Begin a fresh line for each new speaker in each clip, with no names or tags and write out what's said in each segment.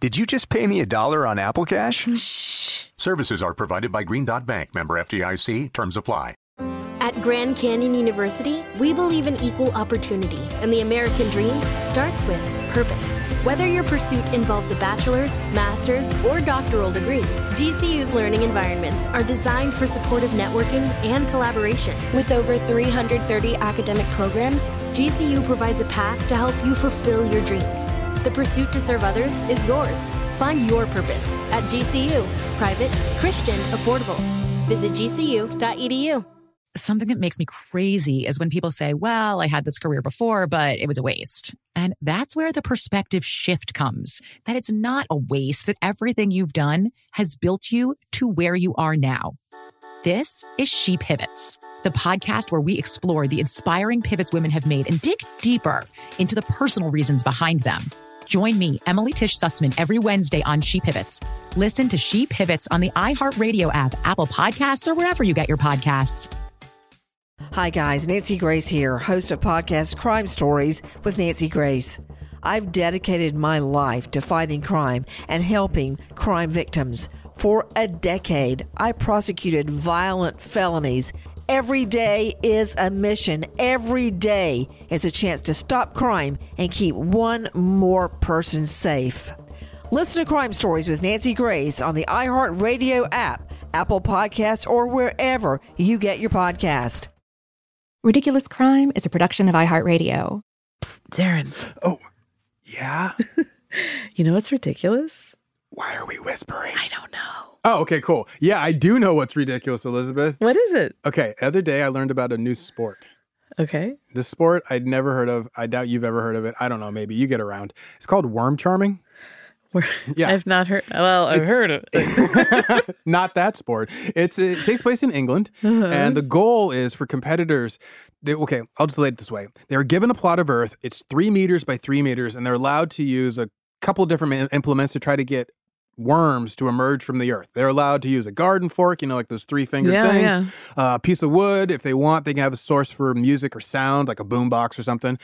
Did you just pay me a dollar on Apple Cash?
Services are provided by Green Dot Bank, member FDIC. Terms apply.
At Grand Canyon University, we believe in equal opportunity, and the American dream starts with purpose. Whether your pursuit involves a bachelor's, master's, or doctoral degree, GCU's learning environments are designed for supportive networking and collaboration. With over 330 academic programs, GCU provides a path to help you fulfill your dreams. The pursuit to serve others is yours. Find your purpose at GCU. Private, Christian, affordable. Visit gcu.edu.
Something that makes me crazy is when people say, well, I had this career before, but it was a waste. And that's where the perspective shift comes that it's not a waste, that everything you've done has built you to where you are now. This is She Pivots, the podcast where we explore the inspiring pivots women have made and dig deeper into the personal reasons behind them. Join me, Emily Tish Sussman, every Wednesday on She Pivots. Listen to She Pivots on the iHeartRadio app, Apple Podcasts, or wherever you get your podcasts.
Hi, guys. Nancy Grace here, host of podcast Crime Stories with Nancy Grace. I've dedicated my life to fighting crime and helping crime victims. For a decade, I prosecuted violent felonies. Every day is a mission. Every day is a chance to stop crime and keep one more person safe. Listen to Crime Stories with Nancy Grace on the iHeartRadio app, Apple Podcasts, or wherever you get your podcast.
Ridiculous Crime is a production of iHeartRadio.
Darren,
Oh, yeah?
you know what's ridiculous?
Why are we whispering?
I don't know.
Oh, okay, cool. Yeah, I do know what's ridiculous, Elizabeth.
What is it?
Okay, other day I learned about a new sport.
Okay.
This sport I'd never heard of. I doubt you've ever heard of it. I don't know, maybe you get around. It's called worm charming.
We're,
Yeah.
I've not heard. Well, I've
It's-
heard of it. Uh-huh.
Not that sport. It's it takes place in England and the goal is for competitors they, okay, I'll just lay it this way. They're given a plot of earth. It's 3 meters by 3 meters and they're allowed to use a couple different im- implements to try to get worms to emerge from the earth. They're allowed to use a garden fork, you know, like those three finger
Yeah,
things.
yeah.
a piece of wood. If they want, they can have a source for music or sound, like a boombox or something.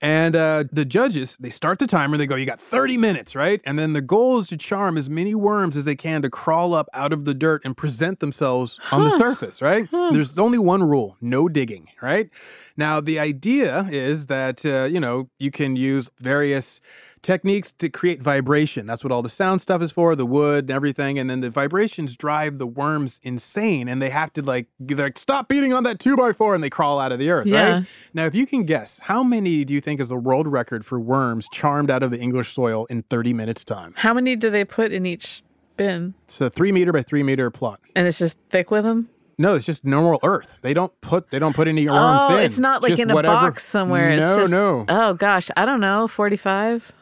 And uh, the judges, they start the timer. They go, "You got 30 minutes, right?" And then the goal is to charm as many worms as they can to crawl up out of the dirt and present themselves on the surface, right? There's only one rule: no digging, right? Now the idea is that uh, you know you can use various techniques to create vibration. That's what all the sound stuff is for, the wood and everything. And then the vibrations drive the worms insane and they have to like, they're like, stop beating on that two by four and they crawl out of the earth,
Yeah.
right? Now, if you can guess, how many do you think is the world record for worms charmed out of the English soil in 30 minutes time?
How many do they put in each bin?
It's a three meter by three meter plot.
And it's just thick with them.
No, it's just normal earth. They don't put, they don't put any worms
oh,
in.
it's not like
Just
in a
whatever-
box somewhere.
No,
it's just,
no.
Oh gosh, I don't know. Forty-five.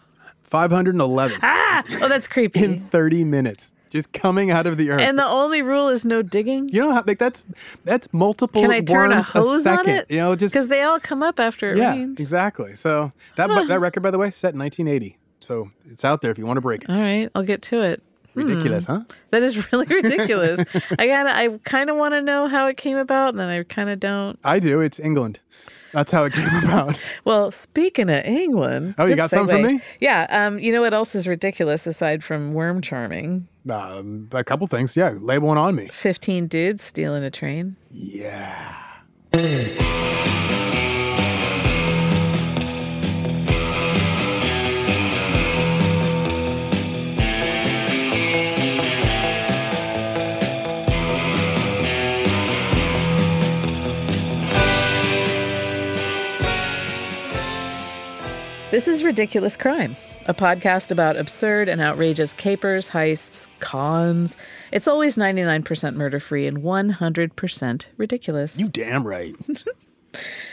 511
Ah, oh, that's creepy.
in 30 minutes. Just coming out of the earth.
and the only rule is no digging.
You know how like that's that's multiple
Can I turn a
worms
hose on
second.
it?
You know, just
because they all come up after it
yeah,
rains.
exactly. So that bu- that record, by the way, set in 1980. So it's out there if you want to break it.
All right, I'll get to it.
Ridiculous, huh?
That is really ridiculous. I gotta. I kind of want to know how it came about, and then I kind of don't.
I do. It's England. That's how it came about.
Well, speaking of England,
Oh, you
good
got some for
segue.
me?
Yeah. Um, you know what else is ridiculous aside from worm charming?
um, a couple things. Yeah, lay one on me.
Fifteen dudes stealing a train.
Yeah.
This is Ridiculous Crime, a podcast about absurd and outrageous capers, heists, cons. It's always ninety nine percent murder free and one hundred percent ridiculous.
You damn right.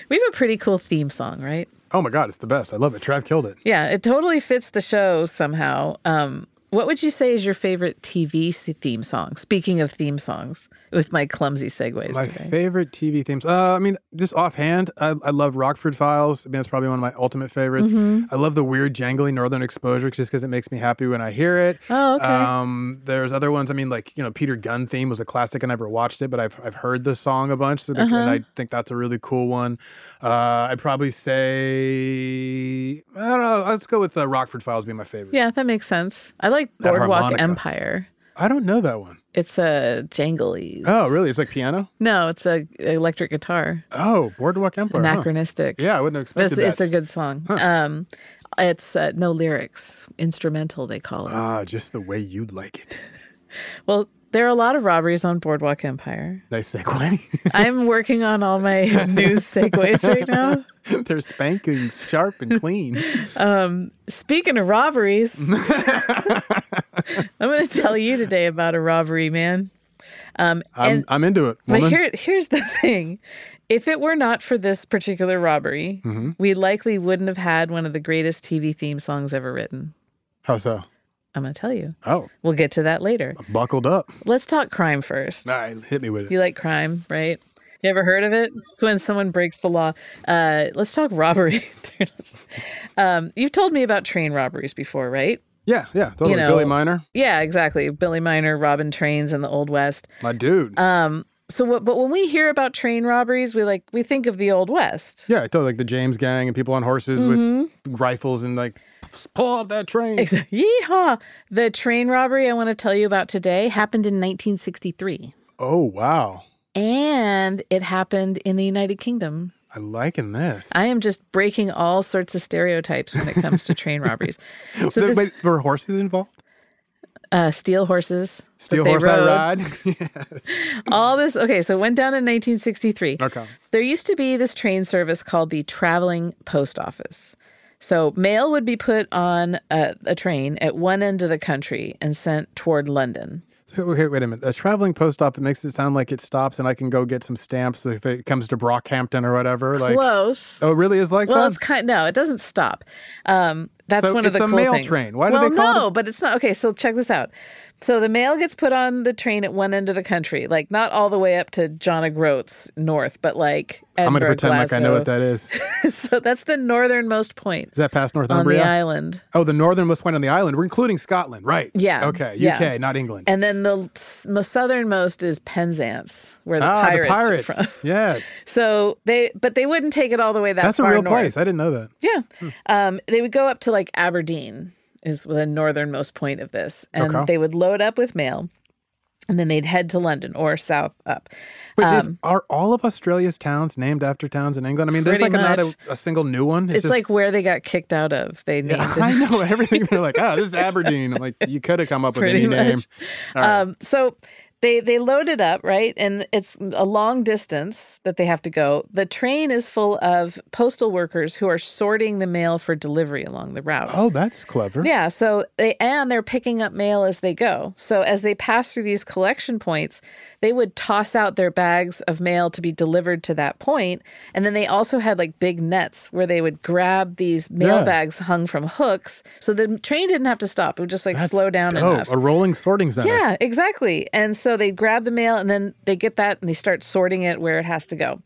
We have a pretty cool theme song, right?
Oh my God, it's the best. I love it. Trav killed it.
Yeah, it totally fits the show somehow. Um, What would you say is your favorite TV s- theme song? Speaking of theme songs, with my clumsy segues
My
today.
favorite TV themes. Uh, I mean, just offhand, I, I love Rockford Files. I mean, that's probably one of my ultimate favorites.
Mm-hmm.
I love the weird, jangly Northern Exposure just because it makes me happy when I hear it.
Oh, okay.
Um, there's other ones. I mean, like you know, Peter Gunn theme was a classic. I never watched it, but I've I've heard the song a bunch, so bec-
Uh-huh.
and I think that's a really cool one. Uh, I'd probably say I don't know. Let's go with uh, Rockford Files being my favorite.
yeah, that makes sense. I like
That
Boardwalk
harmonica.
Empire.
I don't know that one.
It's a jangly.
Oh, really? It's like piano.
No, it's a electric guitar.
Oh, Boardwalk Empire. huh.
Anachronistic.
Yeah, I wouldn't have
But
expected
it's,
that.
it's a good song. Um, it's uh, no lyrics, instrumental they call it.
Ah, just the way you'd like it.
well, there are a lot of robberies on Boardwalk Empire.
Nice segue.
I'm working on all my news segues right now.
They're spanking sharp and clean.
Um, Speaking of robberies, I'm going to tell you today about a robbery, man. Um,
I'm,
and
I'm into it. Woman.
but here, here's the thing: if it were not for this particular robbery,
Mm-hmm.
we likely wouldn't have had one of the greatest TV theme songs ever written.
How so?
I'm going to tell you.
Oh,
We'll get to that later.
buckled up.
Let's talk crime first.
All right, hit me with it.
You like crime, right? You ever heard of it? It's when someone breaks the law. Uh, let's talk robbery. Dude, let's- um, you've told me about train robberies before, right?
Yeah, yeah. Totally.
know-
Billy Miner,
Yeah, exactly. Billy Miner, robbing trains in the Old West.
my dude.
Um, so, what, but when we hear about train robberies, we like we think of the Old West.
yeah, totally. Like the James gang and people on horses
Mm-hmm.
with rifles and like, pull off that train.
Yeehaw! The train robbery I want to tell you about today happened in 1963,
Oh, wow.
and it happened in the United Kingdom.
I'm liking this.
I am just breaking all sorts of stereotypes when it comes to train robberies. So,
So,
this,
wait, were horses involved?
uh, steel horses. that
Steel
they
horse
rode,
I ride?
All this. Okay, so it went down in 1963.
okay.
There used to be this train service called the traveling post office. So mail would be put on a, a train at one end of the country and sent toward London.
So, okay, wait a minute. A traveling post op, it makes it sound like it stops and I can go get some stamps if it comes to Brockhampton or whatever. Like,
Close.
Oh, it really? Is like
Well,
that?
it's kind. No, it doesn't stop. Um, that's
So
one of
it's
the
a
cool
mail
things.
train. Why do
well,
they call it
no,
a-
but it's not okay. So check this out. So the mail gets put on the train at one end of the country, like not all the way up to John O'Groats north, but like Edinburgh,
I'm going to pretend like I know what
Glasgow.
that is. Is
so that's the northernmost point
that past
on the
Northumbria?
island,
Oh, the northernmost point on the island. We're including Scotland, right?
Yeah,
Okay. UK,
yeah.
not England.
and then the s- most southernmost is Penzance, where the
ah,
pirates,
the pirates.
are from.
yes.
So they, but they wouldn't take it all the way that
That's a
far
real
north.
place. I didn't know that.
Yeah. Um, they would go up to like Aberdeen is the northernmost point of this. And
Okay.
they would load up with mail and then they'd head to London or south up. Um,
But is- are all of Australia's towns named after towns in England? I mean, there's like
Pretty
a, not a,
much.
a single new one.
It's,
just-
like where they got kicked out of. They named it.
I know everything. They're like, oh, there's Aberdeen. I'm like, you could have come up with
Pretty
any name.
much.
All right.
Um, so they they load it up, right? And it's a long distance that they have to go. The train is full of postal workers who are sorting the mail for delivery along the route.
oh, that's clever.
Yeah, so they and they're picking up mail as they go. So as they pass through these collection points, they would toss out their bags of mail to be delivered to that point, and then they also had like big nets where they would grab these mail
Yeah.
bags hung from hooks. So the train didn't have to stop; it would just like
That's
slow down
dope.
enough.
Oh, A rolling sorting center.
Yeah, exactly. And so they grab the mail and then they get that and they start sorting it where it has to go.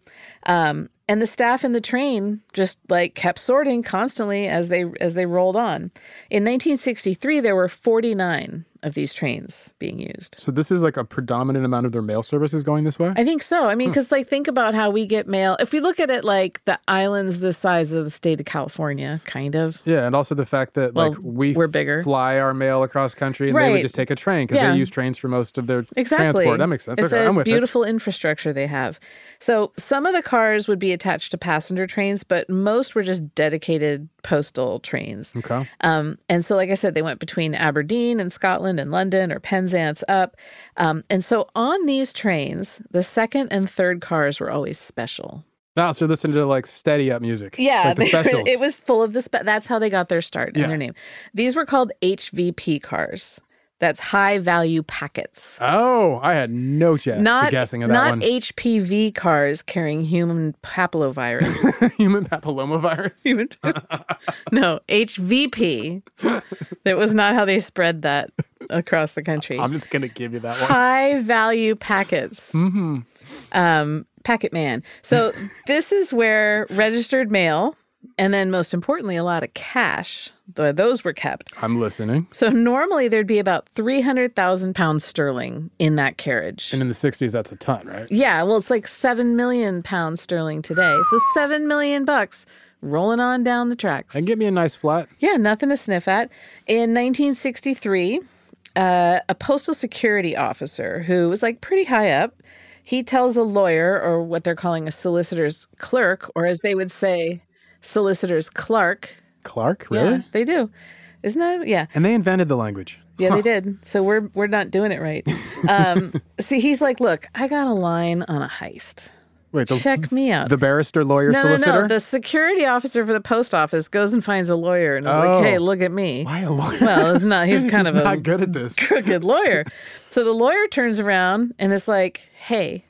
Um, and the staff in the train just like kept sorting constantly as they as they rolled on. In 1963, there were 49 of these trains being used.
So this is like a predominant amount of their mail services going this way?
I think so. I mean, because like think about how we get mail. If we look at it like the islands the size of the state of California, kind of.
Yeah, and also the fact that like
Well,
we
we're bigger.
fly our mail across country, and they would
Right.
just take a train because
Yeah.
they use trains for most of their
Exactly.
transport. That makes sense.
It's
okay,
a
I'm with
beautiful infrastructure they have. So some of the cars would be attached to passenger trains, but most were just dedicated postal trains.
it. Okay.
Um, and so, like I said, they went between Aberdeen and Scotland and London or Penzance up. Um, and so on these trains, the second and third cars were always special.
Now, so listen to like steady up music.
Yeah,
like the
they-
specials.
it was full of the. Spe- that's how they got their start and
Yeah.
their name. These were called HVP cars. That's high value packets.
Oh, I had no chance
not
at guessing at that
not
one.
HPV cars carrying human papillovirus.
Human papillomavirus.
human no, HVP. that was not how they spread that across the country.
I'm just gonna give you that one.
High value packets. Mm-hmm. Um, packet man. So this is where registered mail, and then most importantly, a lot of cash. th- Those were kept.
I'm listening.
So normally there'd be about three hundred thousand pounds sterling in that carriage.
And in the '60s, that's a ton, right?
Yeah, well, it's like seven million pounds sterling today. So seven million bucks rolling on down the tracks.
And get me a nice flat.
Yeah, nothing to sniff at. In 1963, uh, a postal security officer who was like pretty high up, he tells a lawyer or what they're calling a solicitor's clerk, or as they would say, solicitor's clerk.
Clark,
Yeah, they do. Isn't that yeah?
And they invented the language.
Yeah, they did. So we're we're not doing it right. Um, see, he's like, look, I got a line on a heist.
Wait, the,
Check me out.
the barrister, lawyer,
no,
solicitor.
no, no. The security officer for the post office goes and finds a lawyer and is
Oh.
like, hey, look at me.
Why a lawyer?
Well, it's not. He's kind of a
not good at this.
crooked lawyer. So the lawyer turns around and it's like, hey,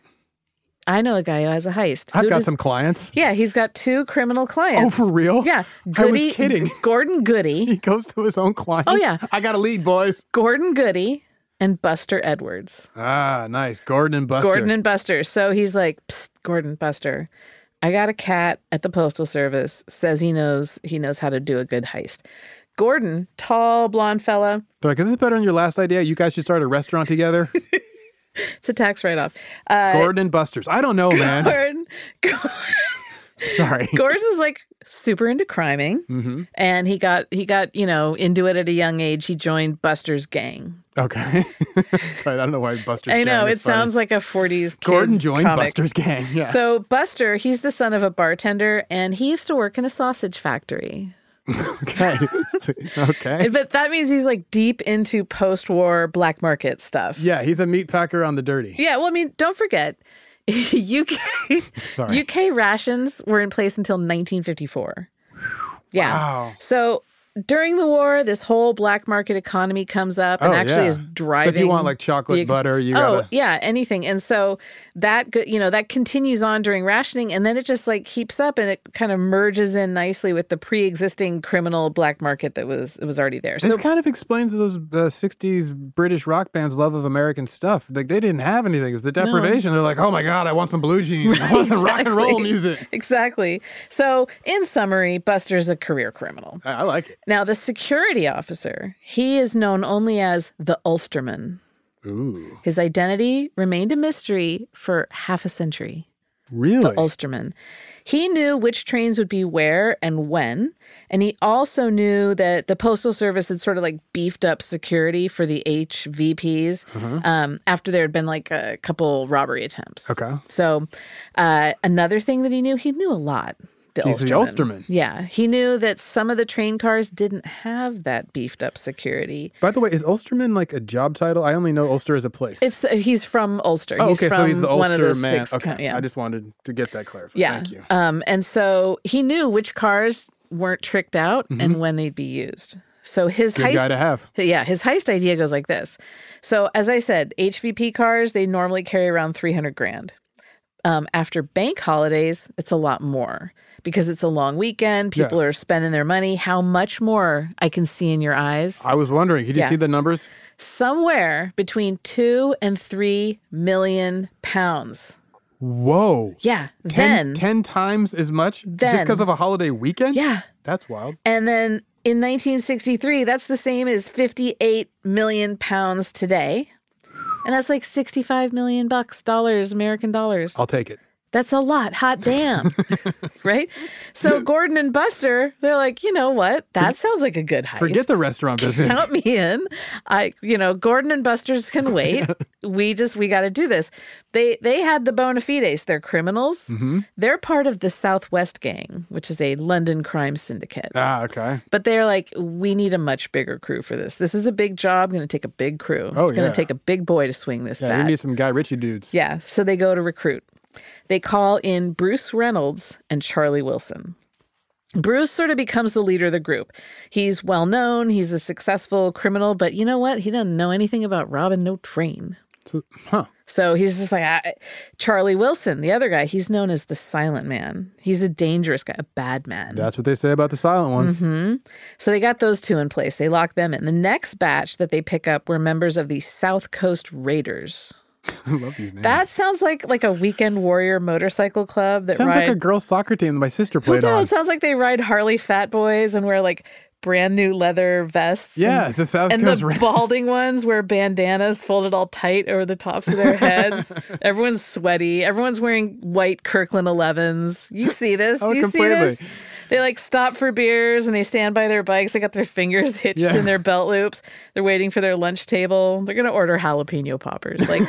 I know a guy who has a heist.
I've
Who
got
does-
some clients.
Yeah, he's got two criminal
Oh,
clients.
for real?
Yeah.
I was
Goody,
kidding.
Gordon Goody,
He goes to his own clients.
Oh, yeah.
I got a lead, boys.
Gordon Goody, and Buster Edwards.
Ah, nice. Gordon and Buster.
Gordon and Buster. So he's like, Psst, Gordon Buster, I got a cat at the postal service. Says he knows he knows how to do a good heist. Gordon, tall blonde fella,
They're like, is this better than your last idea? You guys should start a restaurant together.
it's a tax write off. Uh,
Gordon and Buster's. I don't know, man.
Gordon,
Sorry.
Gordon's like super into criming,
Mm-hmm.
and he got he got you know into it at a young age. He joined Buster's gang.
Okay. Sorry, I don't know why Buster's
I know
gang
it
is funny.
sounds like a forties.
Gordon joined
comic.
Buster's gang. Yeah.
So Buster, he's the son of a bartender, and he used to work in a sausage factory.
okay. okay.
But that means he's like deep into post war black market stuff.
Yeah, he's a meat packer on the dirty.
Yeah. Well, I mean, don't forget. UK
Sorry.
UK rations were in place until 1954. Yeah.
Wow.
So during the war, this whole black market economy comes up and
Oh,
actually
yeah.
is
So if you
driving.
want, like, chocolate butter, you
oh
gotta-
yeah, anything. And so that go- you know that continues on during rationing, and then it just like keeps up and it kind of merges in nicely with the pre-existing criminal black market that was it was already there. So
This kind of explains those uh, 60s British rock bands' love of American stuff. Like, they didn't have anything. It was the deprivation. They're like, oh my God, I want some blue jeans. I want some rock and roll
Exactly.
music.
Exactly. So, in summary, Buster's a career criminal.
I I like it.
Now, the security officer, he is known only as the Ulsterman.
Ooh.
His identity remained a mystery for half a century.
Really?
The Ulsterman. He knew which trains would be where and when, and he also knew that the Postal Service had sort of like beefed up security for the HVPs
Uh-huh.
um, after there had been like a couple robbery attempts.
Okay.
So, uh, another thing that he knew, he knew a lot. The
He's the
Ulsterman.
Ulsterman.
Yeah. He knew that some of the train cars didn't have that beefed up security.
By the way, is Ulsterman like a job title? I only know Ulster as a place.
It's uh, he's from Ulster.
oh,
he's
okay.
from
so he's the
one of
Ulster
the
man.
six
okay.
coun- yeah.
I just wanted to get that clarified.
yeah.
Thank you.
Um, and so he knew which cars weren't tricked out and when they'd be used. So his
Mm-hmm. Good
heist
guy to have.
Yeah, his heist idea goes like this. So, as I said, HVP cars, they normally carry around 300 grand. Um, after bank holidays, it's a lot more because it's a long weekend.
Yeah.
People are spending their money. How much more I can see in your eyes?
I was wondering, could you
Yeah.
see the numbers?
Somewhere between two and three million pounds.
Whoa.
Yeah.
Ten,
then,
ten times as much just
Then.
because of a holiday weekend?
yeah.
That's wild.
And then in 1963, that's the same as 58 million pounds today. And that's like 65 million bucks, dollars, American dollars.
I'll take it.
That's a lot. Hot damn. right? So Gordon and Buster, they're like, you know what? That sounds like a good heist.
Forget the restaurant business.
Count me in. I, you know, Gordon and Buster's can wait. We just, we got to do this. They, they had the bona fides. They're criminals.
Mm-hmm.
They're part of the Southwest Gang, which is a London crime syndicate.
Ah, okay.
But they're like, we need a much bigger crew for this. This is a big job. Going to take a big crew.
Oh,
it's going to
yeah.
take a big boy to swing this
Yeah,
bat.
you need some Guy Ritchie dudes.
yeah. So they go to recruit. They call in Bruce Reynolds and Charlie Wilson. Bruce sort of becomes the leader of the group. He's well known, he's a successful criminal, but you know what? He doesn't know anything about robbing no train.
Huh.
So he's just like I, Charlie Wilson, the other guy. He's known as the silent man. He's a dangerous guy, a bad man.
That's what they say about the silent ones.
Mm-hmm. So they got those two in place. They locked them in. The next batch that they pick up were members of the South Coast Raiders.
I love these names.
That sounds like like a weekend warrior motorcycle club that
Sounds
ride.
like a girls' soccer team that my sister
Who
played
knows?
on.
Sounds like they ride Harley Fat Boys and wear like brand new leather vests.
Yeah,
and,
the South
and
Coast
the
Raiders.
balding ones wear bandanas folded all tight over the tops of their heads. Everyone's sweaty. Everyone's wearing white Kirkland 11s. You see this?
Oh,
Do you
completely.
see this? They like stop for beers and they stand by their bikes. They got their fingers hitched
Yeah.
in their belt loops. They're waiting for their lunch table. They're gonna order jalapeno poppers, like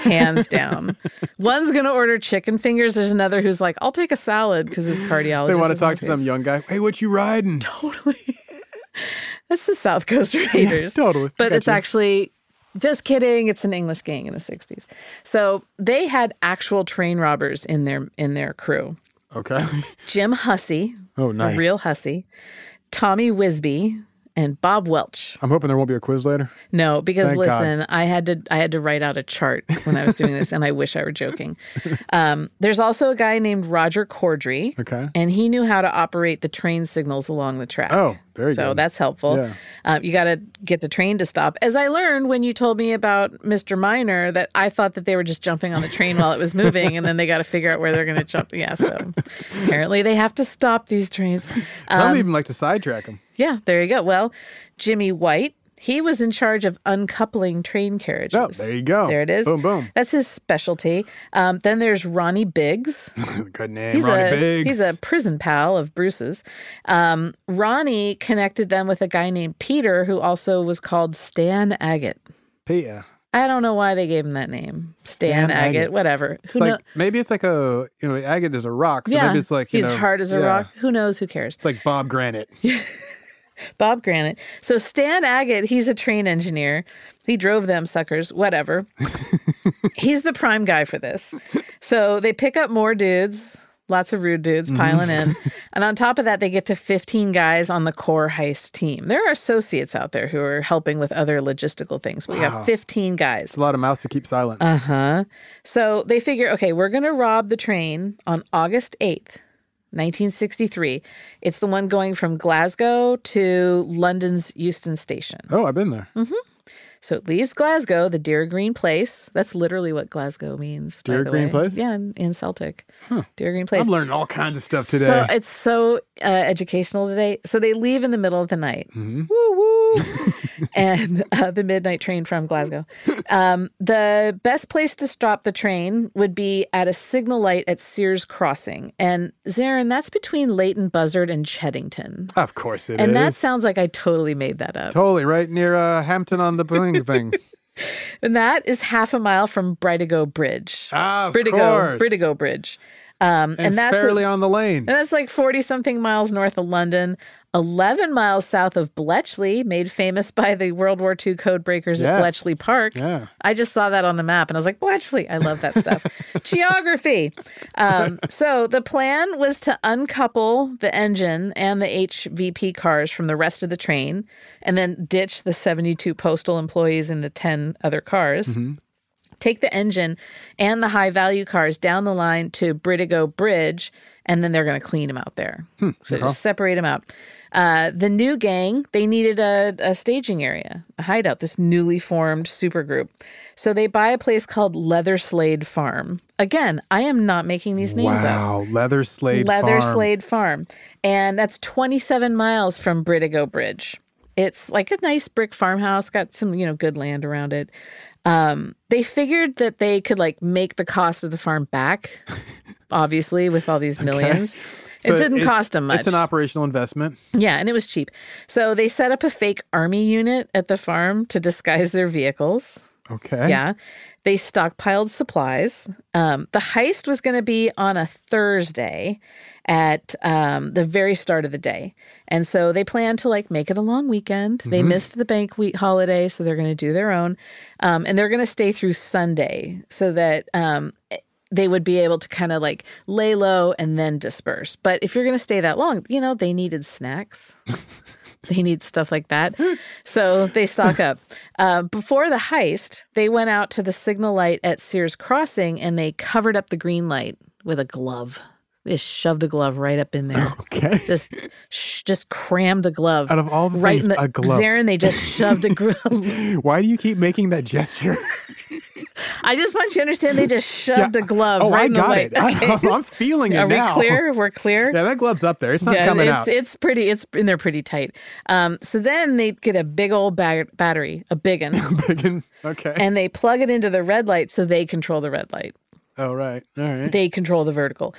hands down. One's gonna order chicken fingers. There's another who's like, "I'll take a salad" because his cardiologist.
They want to
is
talk to
his.
some young guy. Hey, what you riding?
That's the South Coast Raiders.
totally.
But
Got
it's
you.
actually just kidding. It's an English gang in the '60s. So they had actual train robbers in their in their crew.
Okay.
Jim Hussey,
Oh,
a
nice.
real Hussey, Tommy Wisby, and Bob Welch.
I'm hoping there won't be a quiz later.
No, because
Thank God.
listen, I had to I had to write out a chart when I was doing this, and I wish I were joking. Um, there's also a guy named Roger Cordry.
Okay.
And he knew how to operate the train signals along the track.
Oh, very
so
good.
that's helpful.
Yeah.
Um, you got to get the train to stop. As I learned when you told me about Mr. Miner, that I thought that they were just jumping on the train while it was moving, and then they got to figure out where they're going to jump. Yeah, so apparently they have to stop these trains. Um,
Some even like to sidetrack them.
Yeah, there you go. Well, Jimmy White, he was in charge of uncoupling train carriages.
Oh, there you go.
There it is.
Boom, boom.
That's his specialty. Um, then there's Ronnie Biggs.
Good name,
He's
Ronnie
a
Biggs.
he's a prison pal of Bruce's. Um, Ronnie connected them with a guy named Peter, who also was called Stan Agate.
Peter.
I don't know why they gave him that name, Stan,
Stan
Agate,
Agate.
Whatever.
It's like maybe it's like a you know the agate is a rock. So
yeah,
maybe it's like you
he's
know,
hard as a
yeah.
rock. Who knows? Who cares?
It's like Bob Granite.
Bob Granite. So Stan Agate, he's a train engineer. He drove them suckers, whatever. he's the prime guy for this. So they pick up more dudes, lots of rude dudes
Mm-hmm.
piling in. And on top of that, they get to 15 guys on the core heist team. There are associates out there who are helping with other logistical things. but We have 15 guys.
It's a lot of mouths to keep silent.
Uh huh. So they figure, okay, we're going to rob the train on August 8th, 1963. It's the one going from Glasgow to London's Euston Station.
oh, I've been there.
So it leaves Glasgow, the Deer Green Place. That's literally what Glasgow means. by
Deer
the
Green
way.
Place?
Yeah, in, in Celtic. Deer Green Place.
I'm learning all kinds of stuff today.
So it's so uh, educational today. So they leave in the middle of the night.
Mm-hmm.
Woo woo. and uh, the midnight train from Glasgow. Um, the best place to stop the train would be at a signal light at Sears Crossing. And Zarin, that's between Leighton Buzzard and Cheddington.
of course it is.
and that sounds like I totally made that up.
totally right near uh, Hampton on the Bling Thing.
And that is half a mile from Britigo Bridge.
Ah, of
Britigo,
course.
Britigo Bridge. Um, and,
and,
that's a-
fairly on the lane.
And that's like 40 something miles north of London, 11 miles south of Bletchley, made famous by the World War II code breakers at
Yes.
Bletchley Park.
Yeah.
I just saw that on the map and I was like, Bletchley. I love that stuff. Geography. Um, so the plan was to uncouple the engine and the HVP cars from the rest of the train and then ditch the 72 postal employees and the 10 other cars
Mm-hmm.
take the engine and the high value cars down the line to Britigo Bridge, and then they're going to clean them out there. so just separate them out. Uh, the new gang, they needed a, a staging area, a hideout, this newly formed supergroup. So they buy a place called Leather Slade Farm. Again, I am not making these names up.
wow, Leather Slade
Leather
Farm.
Slade Farm. And that's 27 miles from Britigo Bridge. It's like a nice brick farmhouse, got some, you know, good land around it. Um, they figured that they could like make the cost of the farm back, obviously, with all these millions.
So
it didn't
it's-
cost them much.
It's an operational investment.
Yeah, and it was cheap. So they set up a fake army unit at the farm to disguise their vehicles.
Okay.
Yeah. They stockpiled supplies. Um, the heist was going to be on a Thursday at um, the very start of the day. And so they planned to like make it a long weekend. They missed the bank week holiday, so they're going to do their own. Um, and they're going to stay through Sunday so that um, they would be able to kind of like lay low and then disperse. But if you're going to stay that long, you know, they needed snacks. they need stuff like that. So they stock up. Uh, before the heist, they went out to the signal light at Sears Crossing and they covered up the green light with a glove. They shoved a glove right up in there.
Okay.
Just, sh- just crammed a glove.
Out of all the
right
things,
in the,
a glove.
Zarin, they just shoved a Uh, glove.
Why do you keep making that gesture?
I just want you to understand they just shoved a glove
oh,
right
I
in the
got
light.
it. I, am feeling it
Are
now.
we clear? We're clear.
Yeah, that glove's up there. It's not coming
it's,
out.
it's pretty. It's and they're pretty tight. Um, so then they get a big old bag, battery, a big one,
Big okay.
and they plug it into the red light so they control the red light.
All Oh, right. All right.
They control the vertical.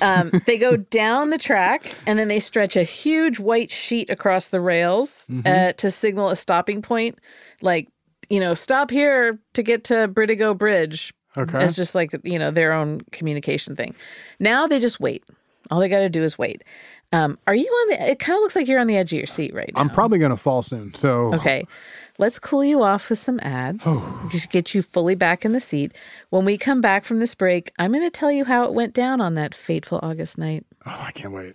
Um, they go down the track and then they stretch a huge white sheet across the rails
Mm-hmm.
uh, to signal a stopping point, like you know, stop here to get to Britigo Bridge.
Okay.
It's just like you know their own communication thing. Now they just wait. All they got to do is wait. Um, are you on the? It kind of looks like you're on the edge of your seat right now.
I'm probably going to fall soon. So
Okay. Let's cool you off with some ads. Just get you fully back in the seat. When we come back from this break, I'm going to tell you how it went down on that fateful August night.
oh, I can't wait.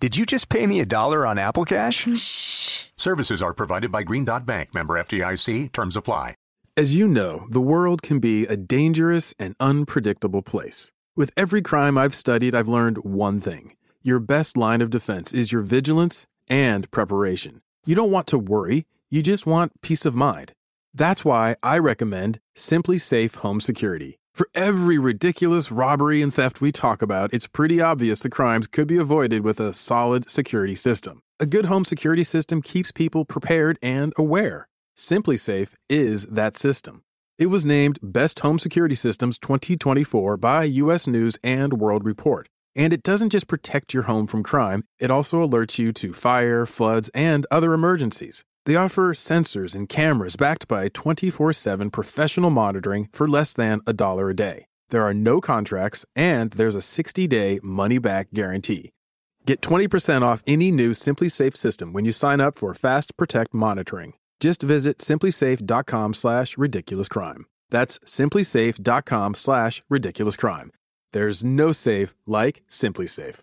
Did you just pay me a dollar on Apple Cash?
Services are provided by Green Dot Bank, member FDIC. Terms apply.
As you know, the world can be a dangerous and unpredictable place. With every crime I've studied, I've learned one thing your best line of defense is your vigilance and preparation. You don't want to worry, you just want peace of mind. That's why I recommend Simply Safe Home Security. For every ridiculous robbery and theft we talk about, it's pretty obvious the crimes could be avoided with a solid security system. A good home security system keeps people prepared and aware. SimpliSafe is that system. It was named Best Home Security Systems 2024 by US News and World Report. And it doesn't just protect your home from crime, it also alerts you to fire, floods, and other emergencies. They offer sensors and cameras backed by 24 7 professional monitoring for less than a dollar a day. There are no contracts, and there's a 60 day money back guarantee. Get 20% off any new Simply Safe system when you sign up for Fast Protect monitoring. Just visit simplysafe.com slash ridiculouscrime. That's simplysafe.com slash ridiculouscrime. There's no safe like Simply Safe.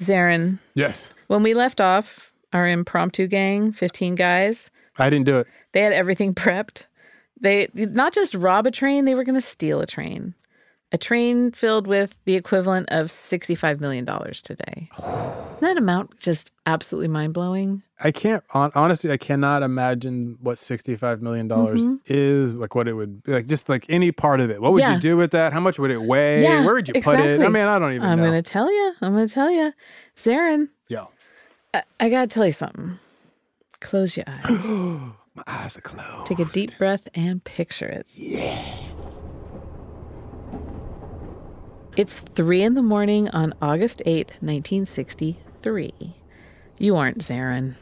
Zarin,
Yes.
when we left off, our impromptu gang, 15 guys,
I didn't do it.
they had everything prepped. They not just rob a train, they were going to steal a train. A train filled with the equivalent of $65 million today. Isn't that amount just absolutely mind blowing?
I can't hon- honestly. I cannot imagine what sixty-five million dollars
Mm-hmm.
is like. What it would like, just like any part of it. What would
Yeah.
you do with that? How much would it weigh?
Yeah,
Where would you put it?
exactly.
I mean, I don't even
I'm
know.
going to tell you. I'm going to tell you. Zarin,
Yo,
I, I got to tell you something. Close your eyes,
my eyes are closed.
take a deep breath, and picture it. Yes. It's three in the morning on August 8th, 1963. You aren't Zarin.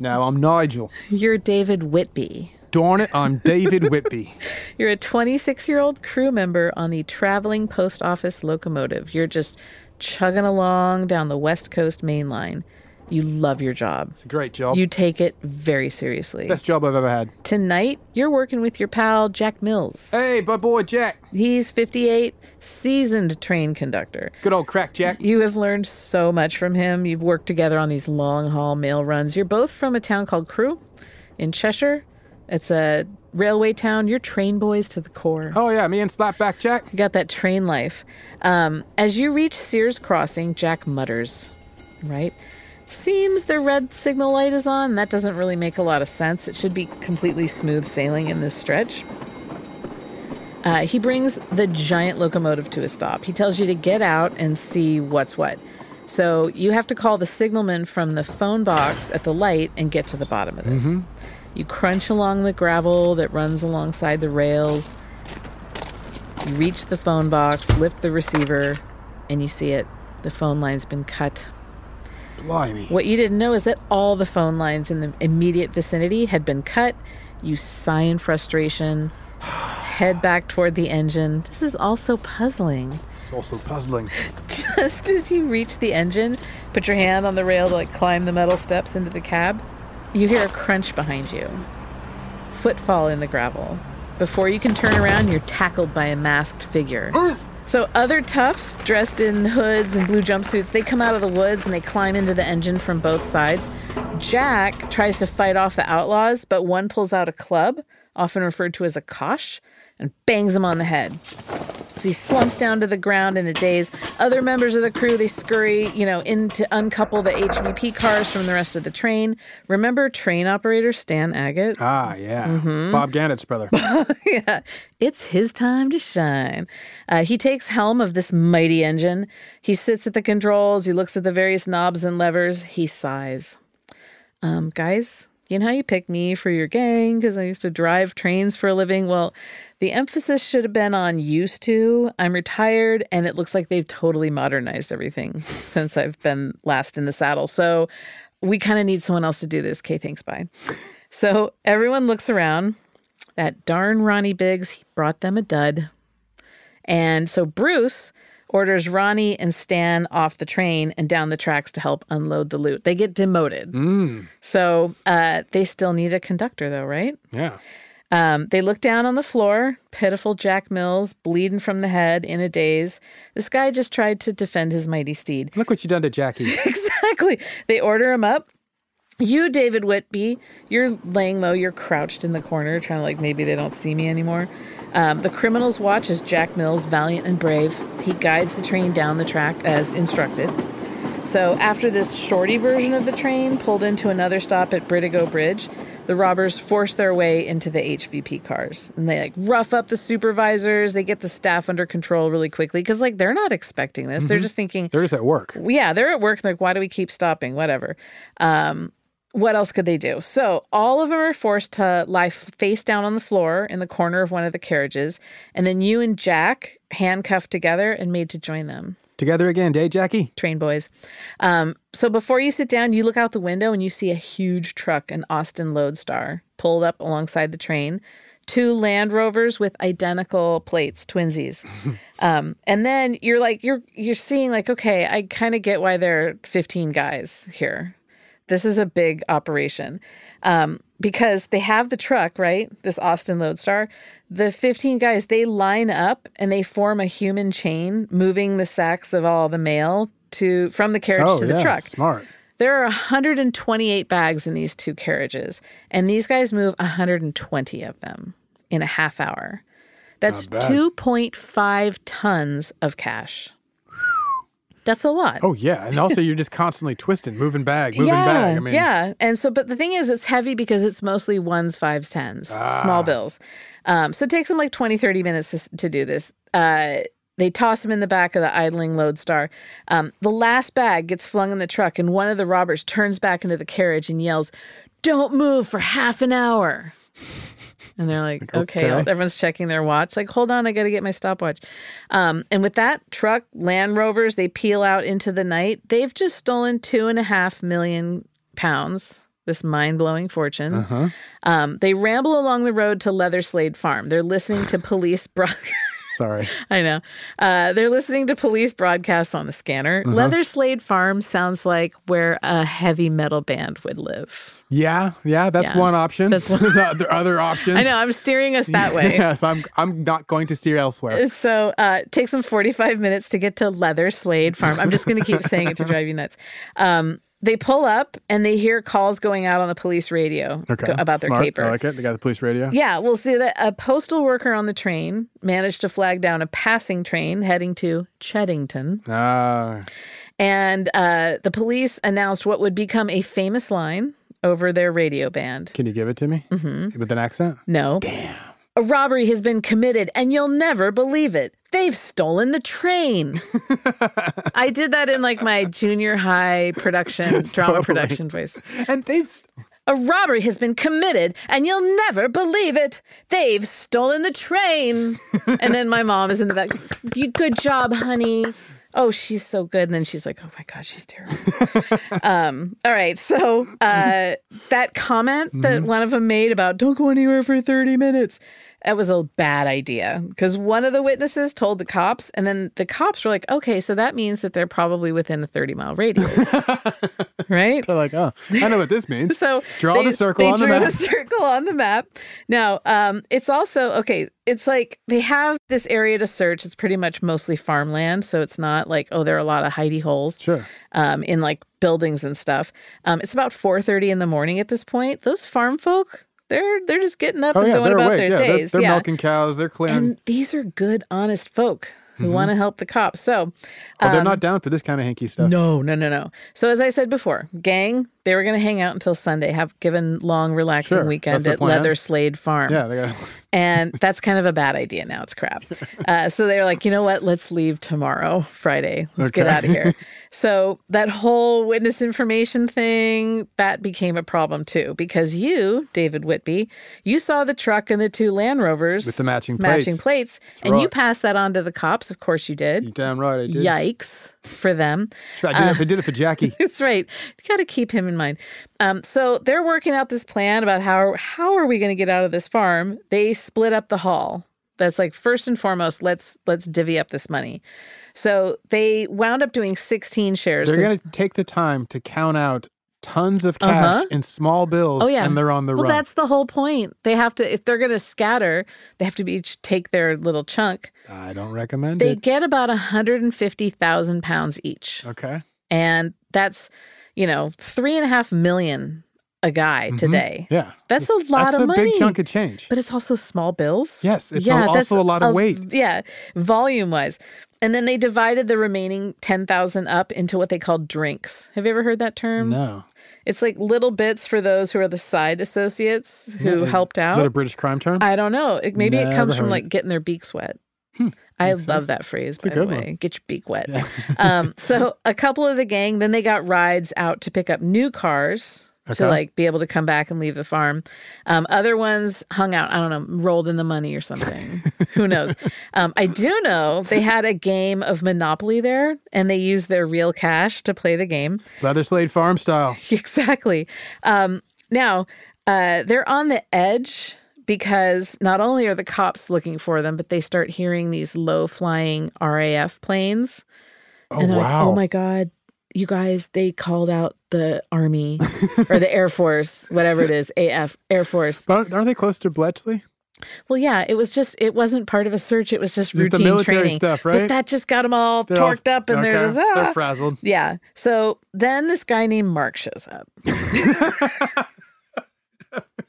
No, I'm Nigel.
You're David Whitby.
Darn it, I'm David Whitby.
You're a 26 year old crew member on the traveling post office locomotive. You're just chugging along down the West Coast main line. You love your job.
It's a great job.
You take it very seriously.
Best job I've ever had.
Tonight, you're working with your pal, Jack Mills.
Hey, my boy Jack.
He's 58, seasoned train conductor.
Good old crack Jack.
You have learned so much from him. You've worked together on these long haul mail runs. You're both from a town called Crewe in Cheshire. It's a railway town. You're train boys to the core.
Oh yeah, me and Slapback Jack.
You got that train life. Um, as you reach Sears Crossing, Jack mutters, right? Seems the red signal light is on. That doesn't really make a lot of sense. It should be completely smooth sailing in this stretch. Uh, he brings the giant locomotive to a stop. He tells you to get out and see what's what. So you have to call the signalman from the phone box at the light and get to the bottom of this. You crunch along the gravel that runs alongside the rails. You reach the phone box, lift the receiver, and you see it. The phone line's been cut.
Blimey.
What you didn't know is that all the phone lines in the immediate vicinity had been cut. You sigh in frustration, head back toward the engine. This is also puzzling.
It's also puzzling.
Just as you reach the engine, put your hand on the rail to like climb the metal steps into the cab, you hear a crunch behind you. Footfall in the gravel. Before you can turn around, you're tackled by a masked figure. So other toughs dressed in hoods and blue jumpsuits, they come out of the woods and they climb into the engine from both sides. Jack tries to fight off the outlaws, but one pulls out a club, often referred to as a kosh, and bangs him on the head. So he slumps down to the ground in a daze. Other members of the crew they scurry, you know, in to uncouple the HVP cars from the rest of the train. Remember train operator Stan Agate?
Ah yeah.
Mm-hmm.
Bob Gannett's brother.
yeah, it's his time to shine. Uh, he takes helm of this mighty engine. He sits at the controls. He looks at the various knobs and levers. He sighs. Um, guys, you know how you picked me for your gang because I used to drive trains for a living? Well, the emphasis should have been on used to. I'm retired, and it looks like they've totally modernized everything since I've been last in the saddle. So we kind of need someone else to do this. Okay, thanks, bye. So everyone looks around. That darn Ronnie Biggs, he brought them a dud. And so Bruce orders Ronnie and Stan off the train and down the tracks to help unload the loot. They get
Mm.
demoted. So uh, they still need a conductor, though, right?
yeah.
Um, they look down on the floor, pitiful Jack Mills bleeding from the head in a daze. This guy just tried to defend his mighty steed.
Look what you done to Jackie.
Exactly. They order him up. You, David Whitby, you're laying low. You're crouched in the corner, trying to like maybe they don't see me anymore. Um, the criminals watch as Jack Mills, valiant and brave, he guides the train down the track as instructed. So after this shorty version of the train pulled into another stop at Britigo Bridge, the robbers force their way into the HVP cars and they like rough up the supervisors. They get the staff under control really quickly because like they're not expecting this. They're just thinking,
They're just at work.
yeah, they're at work. Like, why do we keep stopping? Whatever. Um, what else could they do? So all of them are forced to lie face down on the floor in the corner of one of the carriages, and then you and Jack handcuffed together and made to join them.
Together again, day Jackie.
Train boys. Um, so before you sit down, you look out the window and you see a huge truck, an Austin Lodestar, pulled up alongside the train. two Land Rovers with identical plates, twinsies. um, and then you're like you're you're seeing like okay, I kind of get why there are 15 guys here. This is a big operation. Um, because they have the truck, right? This Austin Lodestar. The 15 guys, they line up and they form a human chain moving the sacks of all the mail to from the carriage
oh,
to
yeah,
the truck.
Smart.
There are 128 bags in these two carriages, and these guys move 120 of them in a half hour. That's
Not bad.
2.5 tons of cash. That's a lot.
Oh yeah, and also you're just constantly twisting, moving bag, moving
yeah,
bag. I mean,
yeah. And so, but the thing is, it's heavy because it's mostly ones, fives, tens,
Ah.
small bills. Um, so it takes them like 20, 30 minutes to, s- to do this. Uh, they toss him in the back of the idling lodestar. Um, the last bag gets flung in the truck, and one of the robbers turns back into the carriage and yells, Don't move for half an hour. And they're like, okay.
okay.
Everyone's checking their watch. Like, hold on, I got to get my stopwatch. Um, and with that truck, Land Rovers, they peel out into the night. They've just stolen two and a half million pounds, this mind blowing fortune.
Uh-huh.
Um, they ramble along the road to Leather Slade Farm. They're listening to police broadcasts.
sorry.
I know. Uh, they're listening to police broadcasts on the scanner. Leather Slade Farm sounds like where a heavy metal band would live.
Yeah, yeah, that's
Yeah.
one option.
That's one-
There's o- there are other options.
I know, I'm steering us that way.
Yes, I'm. I'm not going to steer elsewhere.
So uh, it takes them 45 minutes to get to Leather Slade Farm. I'm just going to keep saying it to drive you nuts. Um, they pull up and they hear calls going out on the police radio go- about their
Smart.
caper.
I like it. They got the police radio.
Yeah, we'll see that a postal worker on the train managed to flag down a passing train heading to Cheddington.
Ah,
And uh, the police announced what would become a famous line over their radio band.
can you give it to me with an accent?
Mm-hmm. No. Damn. A robbery has been committed, and you'll never believe it. They've stolen the train. I did that in like my junior high production, drama production voice.
And they've. s-
A robbery has been committed, and you'll never believe it. They've stolen the train. and then my mom is in the back. You, good job, honey. Oh, she's so good. And then she's like, oh my God, she's terrible. um, all right. So uh, that comment that one of them made about don't go anywhere for 30 minutes, that was a bad idea because one of the witnesses told the cops. And then the cops were like, okay, so that means that they're probably within a 30 mile radius. right?
They're like, oh, I know what this means.
So
draw
they,
the circle
they
on the
drew
map.
the circle on the map. Now, um, it's also okay. It's like they have this area to search. It's pretty much mostly farmland, so it's not like oh, there are a lot of hidey holes
Sure.
um, in like buildings and stuff. Um, it's about four thirty in the morning at this point. Those farm folk, they're they're just getting up
Oh
and
yeah,
going
they're
about
awake.
their
yeah, they're-
days.
they're,
yeah,
milking cows. They're clearing.
and these are good, honest folk who want to help the cops. So um,
oh, Mm-hmm. they're not down for this kind of hanky stuff.
no, no, no, no. So as I said before, gang, they were going to hang out until Sunday, have given long, relaxing
Sure, that's
weekend
the
at
plan.
Leather Slade Farm.
Yeah, they got.
And that's kind of a bad idea now. It's crap. Uh, so they were like, you know what? Let's leave tomorrow, Friday. Let's get
Okay.
out of here. so that whole witness information thing, that became a problem too, because you, David Whitby, you saw the truck and the two Land Rovers
With the matching
matching plates, and you
right.
passed that on to the cops. Of course you
You
did.
damn right, I did.
Yikes Uh, for them.
I did, it, I did it for Jackie.
That's right. You got to keep him in mind. Um, so they're working out this plan about how how are we going to get out of this farm. They split up the haul. That's like first and foremost. Let's let's divvy up this money. So they wound up doing sixteen shares.
They're
'cause-
going to take the time to count out tons of cash
Uh-huh.
in small bills,
Oh yeah,
and they're on the
well,
run.
that's the whole point. They have to if they're going to scatter, they have to each take their little chunk.
I don't recommend
They
it.
get about hundred and fifty thousand pounds each.
Okay.
and that's you know three and a half million a guy today
Mm-hmm. Yeah.
that's a lot
that's
of
a
money
big chunk of change.
but it's also small bills
Yes, it's
yeah,
al-
that's
also a lot of weight.
yeah volume wise and then they divided the remaining 10,000 up into what they call drinks. Have you ever heard that term?
no.
It's like little bits for those who are the side associates who
Yeah,
helped
Is that a
out.
British crime term?
I don't know. It, maybe it
Never
comes from
heard Hmm.
like
it.
getting their beaks wet. I love that phrase,
a
by the
good one.
way. Get your beak wet. um, so a couple of the gang, then they got rides out to pick up new cars
Okay.
to like be able to come back and leave the farm. Um, other ones hung out, I don't know, rolled in the money or something. Who knows? Um, I do know they had a game of Monopoly there and they used their real cash to play the game.
Leather Slade Farm style.
Exactly. Um, now, uh, they're on the edge because not only are the cops looking for them, but they start hearing these low flying RAF planes.
Oh,
and they're like,
wow.
oh my God, you guys, they called out the Army or the Air Force, whatever it is, AF, Air Force.
But aren't, aren't they close to Bletchley?
Well, yeah, it was just, it wasn't part of a search. It was just
Just the
routine
military
training.
stuff,
But
right?
that just got them all
They're all-
torqued up and they're
okay,
just, ah.
They're frazzled.
Yeah. So then this guy named Mark shows up.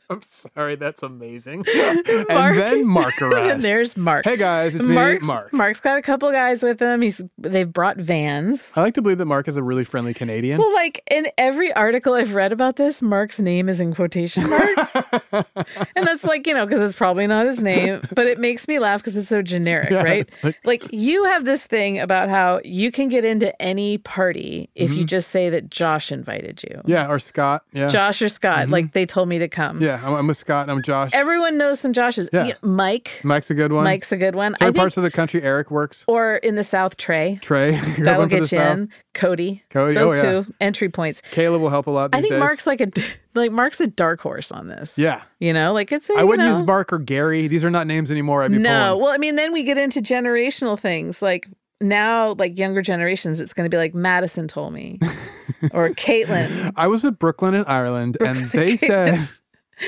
I'm sorry, that's amazing.
Mark.
And then Mark arrives.
and there's Mark.
hey guys, it's
Mark's,
me, Mark.
Mark's got a couple guys with him. He's they've brought vans.
I like to believe that Mark is a really friendly Canadian.
Well, like in every article I've read about this, Mark's name is in quotation marks. and that's like, you know, because it's probably not his name, but it makes me laugh because it's so generic, right? Like, you have this thing about how you can get into any party if
Mm-hmm.
you just say that Josh invited you.
yeah, or Scott. Yeah. Mm-hmm.
Josh or Scott, like they told me to come.
Yeah, I'm, I'm with Scott. I'm Josh.
Everyone knows some Joshes.
Yeah.
Yeah, Mike.
Mike's a good one.
Mike's a good one. I
Certain
think,
parts of the country, Eric works.
or in the South, Trey.
Trey, you're
That'll
one for
get
the
you
South.
in. Cody.
Cody,
Those
oh, yeah.
two entry points.
Caleb will help a lot. These
I think
days.
Mark's like a d- like Mark's a dark horse on this.
Yeah.
You know, like it's. I
I
you
wouldn't
know,
use Mark or Gary. These are not names anymore. I'd be
No,
pulling.
well, I mean, then we get into generational things like now, like younger generations, it's going to be like Madison told me, or Caitlin.
I was with Brooklyn in Ireland, and they said,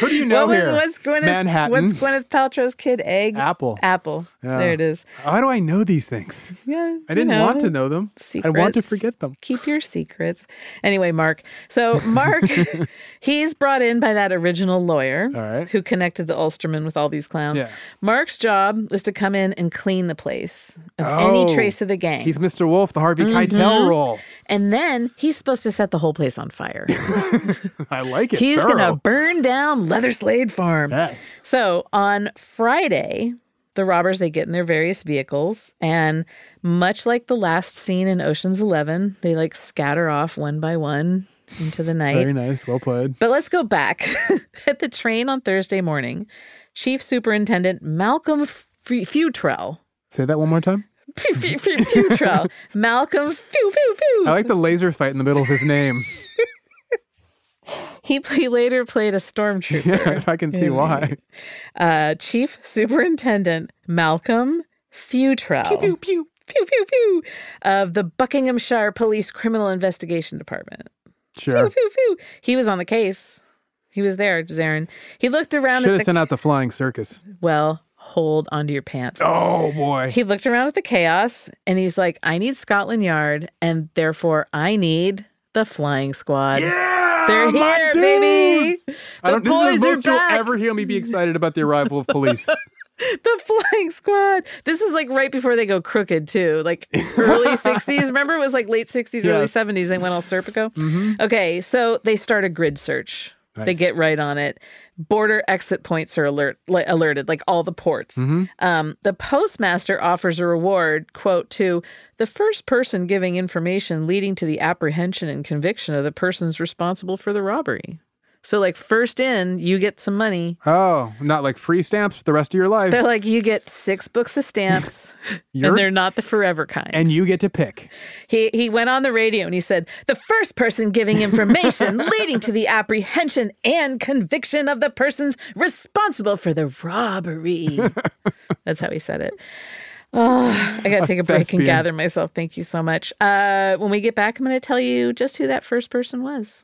"Who do you know
what was
here?
what's Gwyneth,
Manhattan.
What's Gwyneth Paltrow's kid? Egg.
Apple.
Apple.
Yeah.
There it is.
How do I know these things?
Yeah.
I didn't want to know them. I want to
secrets.
forget them.
Keep your secrets. Anyway, Mark. So Mark, he's brought in by that original lawyer
All right.
who connected the Ulsterman with all these clowns.
Yeah.
Mark's job was to come in and clean the place of any
Oh,
trace of the gang. Mm-hmm.
He's Mr. Wolf, the Harvey Keitel role.
and then he's supposed to set the whole place on fire.
I like it.
he's
Thorough.
going to burn down Leather Slade Farm.
Yes.
So on Friday, the robbers they get in their various vehicles, and much like the last scene in Ocean's Eleven, they like scatter off one by one into the night.
Very nice. Well played.
But let's go back at the train on Thursday morning. Chief Superintendent Malcolm F- Futrell.
Say that one more time.
Fu- fu- fu- Futrell. Malcolm Few Few Few.
I like the laser fight in the middle of his name.
he, he later played a stormtrooper.
if I can see why.
uh, Chief Superintendent Malcolm Futrell. Pew, pew, pew. Pew, pew, Of the Buckinghamshire Police Criminal Investigation Department.
Sure.
Pew, pew, pew. He was on the case. He was there, Zarin. He looked around
Should have
at the...
sent out the flying circus.
Well, hold onto your pants.
Oh boy.
He looked around at the chaos and he's like, I need Scotland Yard and therefore I need the flying squad.
yeah,
They're
my
here, baby.
dudes!
The
I don't, this
boys
is the most
are
you'll
back.
ever hear me be excited about the arrival of police.
the flying squad. This is like right before they go crooked too, like early 60s. Remember it was like late 60s, early
Yes. Mm-hmm.
70s. They went all Serpico. Okay, so they start a grid search. They
Nice.
get right on it. Border exit points are alert, like, alerted, like all the ports.
Mm-hmm.
Um, the postmaster offers a reward, quote, to the first person giving information leading to the apprehension and conviction of the persons responsible for the robbery. So, like, first in, you get some money.
oh, not like free stamps for the rest of your life.
They're like, you get six books of stamps, and
You're-
they're not the forever kind.
and you get to pick.
he he went on the radio and he said, the first person giving information leading to the apprehension and conviction of the persons responsible for the robbery. That's how he said it. Oh, I gotta take a, break and
thespian.
gather myself. Thank you so much. Uh, when we get back, I'm gonna tell you just who that first person was.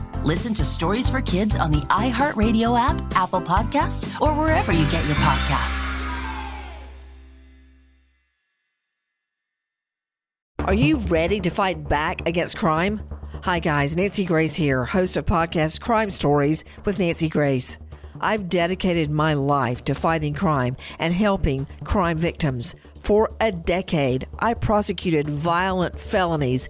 Listen to Stories for Kids on the iHeartRadio app, Apple Podcasts, or wherever you get your podcasts.
Are you ready to fight back against crime? Hi, guys. Nancy Grace here, host of podcast Crime Stories with Nancy Grace. I've dedicated my life to fighting crime and helping crime victims. For a decade, I prosecuted violent felonies,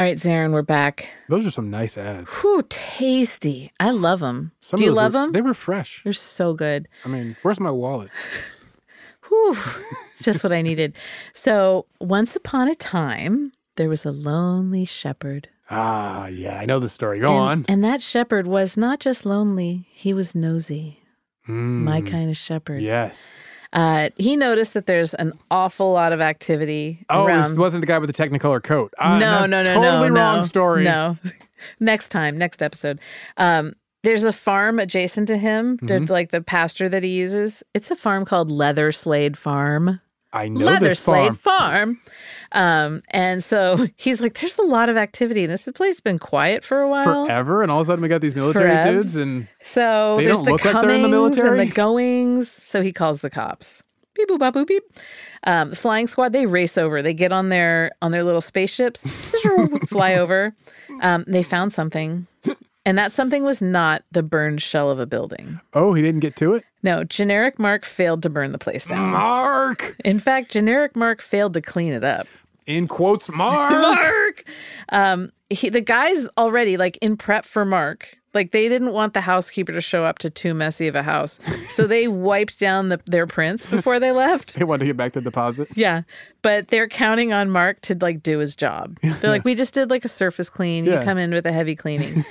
All right, Zarin, we're back.
Those are some nice ads.
Whew, tasty. I love them.
Some of
Do you
those
love
were-
them?
They were fresh.
They're so good.
I mean, where's my wallet?
Whew, it's just what I needed. So, once upon a time, there was a lonely shepherd.
Ah, yeah, I know the story. Go
and,
on.
And that shepherd was not just lonely, he was nosy. My
Mm,
kind of shepherd.
Yes.
Uh, he noticed that there's an awful lot of activity
Oh,
around.
this wasn't the guy with the Technicolor coat. Ah,
no, no, no,
Totally
no,
wrong
no,
story.
No. next time, next episode. Um, there's a farm adjacent to him, to-
Mhm.
like the pasture that he uses. It's a farm called Leather Slade Farm.
I know
Leather
this farm.
Slade Farm. Um, and so he's like, there's a lot of activity, and this place has been quiet for a while.
Forever, and all of a sudden we got these military
Forebs.
dudes, and
So
They
there's
don't
the
look
comings
like they're in the military.
and the goings. So he calls the cops. Beep boop bop boop beep. Um, the flying squad they race over. They get on their on their little spaceships, fly over. Um, they found something, and that something was not the burned shell of a building.
oh, he didn't get to it.
No, generic Mark failed to burn the place down.
Mark,
In fact, generic Mark failed to clean it up.
in quotes, Mark.
Mark. Um, he, the guys already like in prep for Mark. Like they didn't want the housekeeper to show up to too messy of a house, so they wiped down the, their prints before they left.
they wanted to get back the deposit.
Yeah, but they're counting on Mark to like do his job. They're like, we just did like a surface clean.
Yeah.
You come in with a heavy cleaning.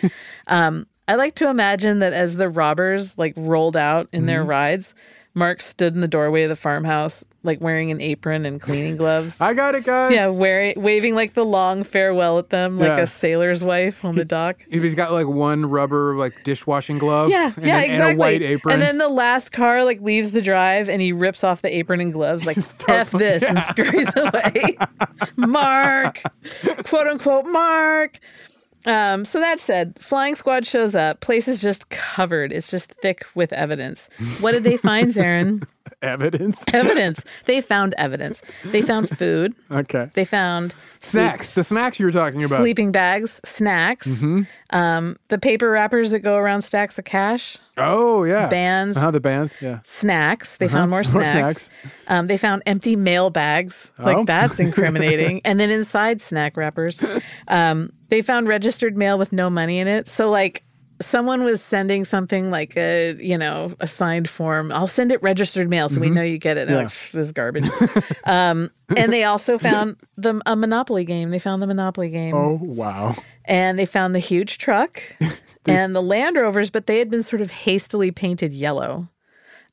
um, I like to imagine that as the robbers like rolled out in
Mm-hmm.
their rides, Mark stood in the doorway of the farmhouse, like wearing an apron and cleaning gloves.
I got it, guys.
Yeah, wearing waving like the long farewell at them, like
Yeah.
a sailor's wife on the dock.
He's got like one rubber like dishwashing glove.
Yeah,
and
yeah,
then-
exactly.
And a white apron.
And then the last car like leaves the drive, and he rips off the apron and gloves, like f this, and scurries away. Mark, quote unquote, Mark. Um, so that said, flying squad shows up. Place is just covered. It's just thick with evidence. What did they find, Zarin?
Evidence.
evidence. They found evidence. They found food.
Okay.
They found
Snacks. The snacks you were talking about.
sleeping bags, snacks,
hmm
um, the paper wrappers that go around stacks of cash,
Oh yeah.
Bands.
Uh-huh, the bands. Yeah.
snacks. They
Uh-huh.
found more
More
snacks. Um, they found empty mail bags.
Oh.
Like that's incriminating. and then inside snack wrappers, um, they found registered mail with no money in it. So like. Someone was sending something like a, you know, a signed form. I'll send it registered mail so we
Mm-hmm.
Mhm.
know you get it.
Yeah.
Like, "Pff, this is garbage. um, and they also found the a Monopoly game. They found the Monopoly game
Oh wow.
and they found the huge truck and the Land Rovers, but they had been sort of hastily painted yellow.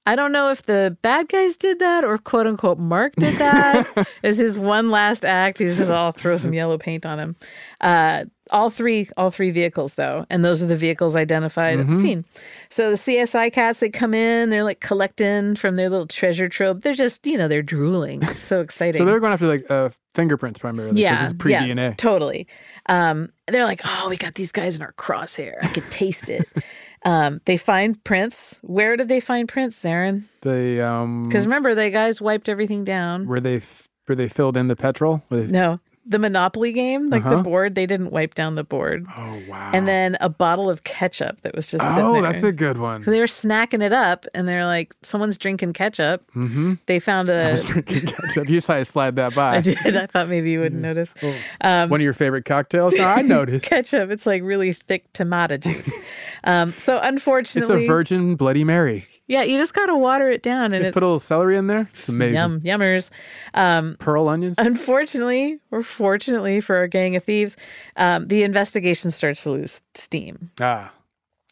I don't know if the bad guys did that or quote unquote Mark did that as his one last act. He's just all throw some yellow paint on him. Uh, all three, all three vehicles though, and those are the vehicles identified at
Mhm.
the scene. So the CSI cats, they come in, they're like collecting from their little treasure trove. They're just, you know, they're drooling. It's so exciting.
So they're going after like uh, fingerprints primarily.
Yeah,
Because it's pre DNA.
Yeah, totally. Um, they're like, oh, we got these guys in our crosshair. I could taste it. um, they find prints. Where did they find prints, Zarin?
They um.
Because remember, the guys wiped everything down.
were they f- were they filled in the petrol? Were they,
No, the Monopoly game, like
Uh-huh.
the board, they didn't wipe down the board.
Oh wow!
And then a bottle of ketchup that was just. sitting
Oh,
there.
that's a good one.
So they were snacking it up, and they're like, someone's drinking ketchup.
Mm-hmm.
They found a.
I was drinking ketchup. You decided to slide that by.
Uh, I did. I thought maybe you wouldn't
Hmm.
notice. Um,
One of your favorite cocktails? No, I noticed.
ketchup. It's like really thick tomato juice. um, so
it's
unfortunately,
a virgin Bloody Mary.
Yeah, you just gotta water it down, and
Just
it's
put a little celery in there. It's amazing.
yum yummers. Um,
Pearl onions.
Unfortunately, or fortunately for our gang of thieves, um, the investigation starts to lose steam.
Ah.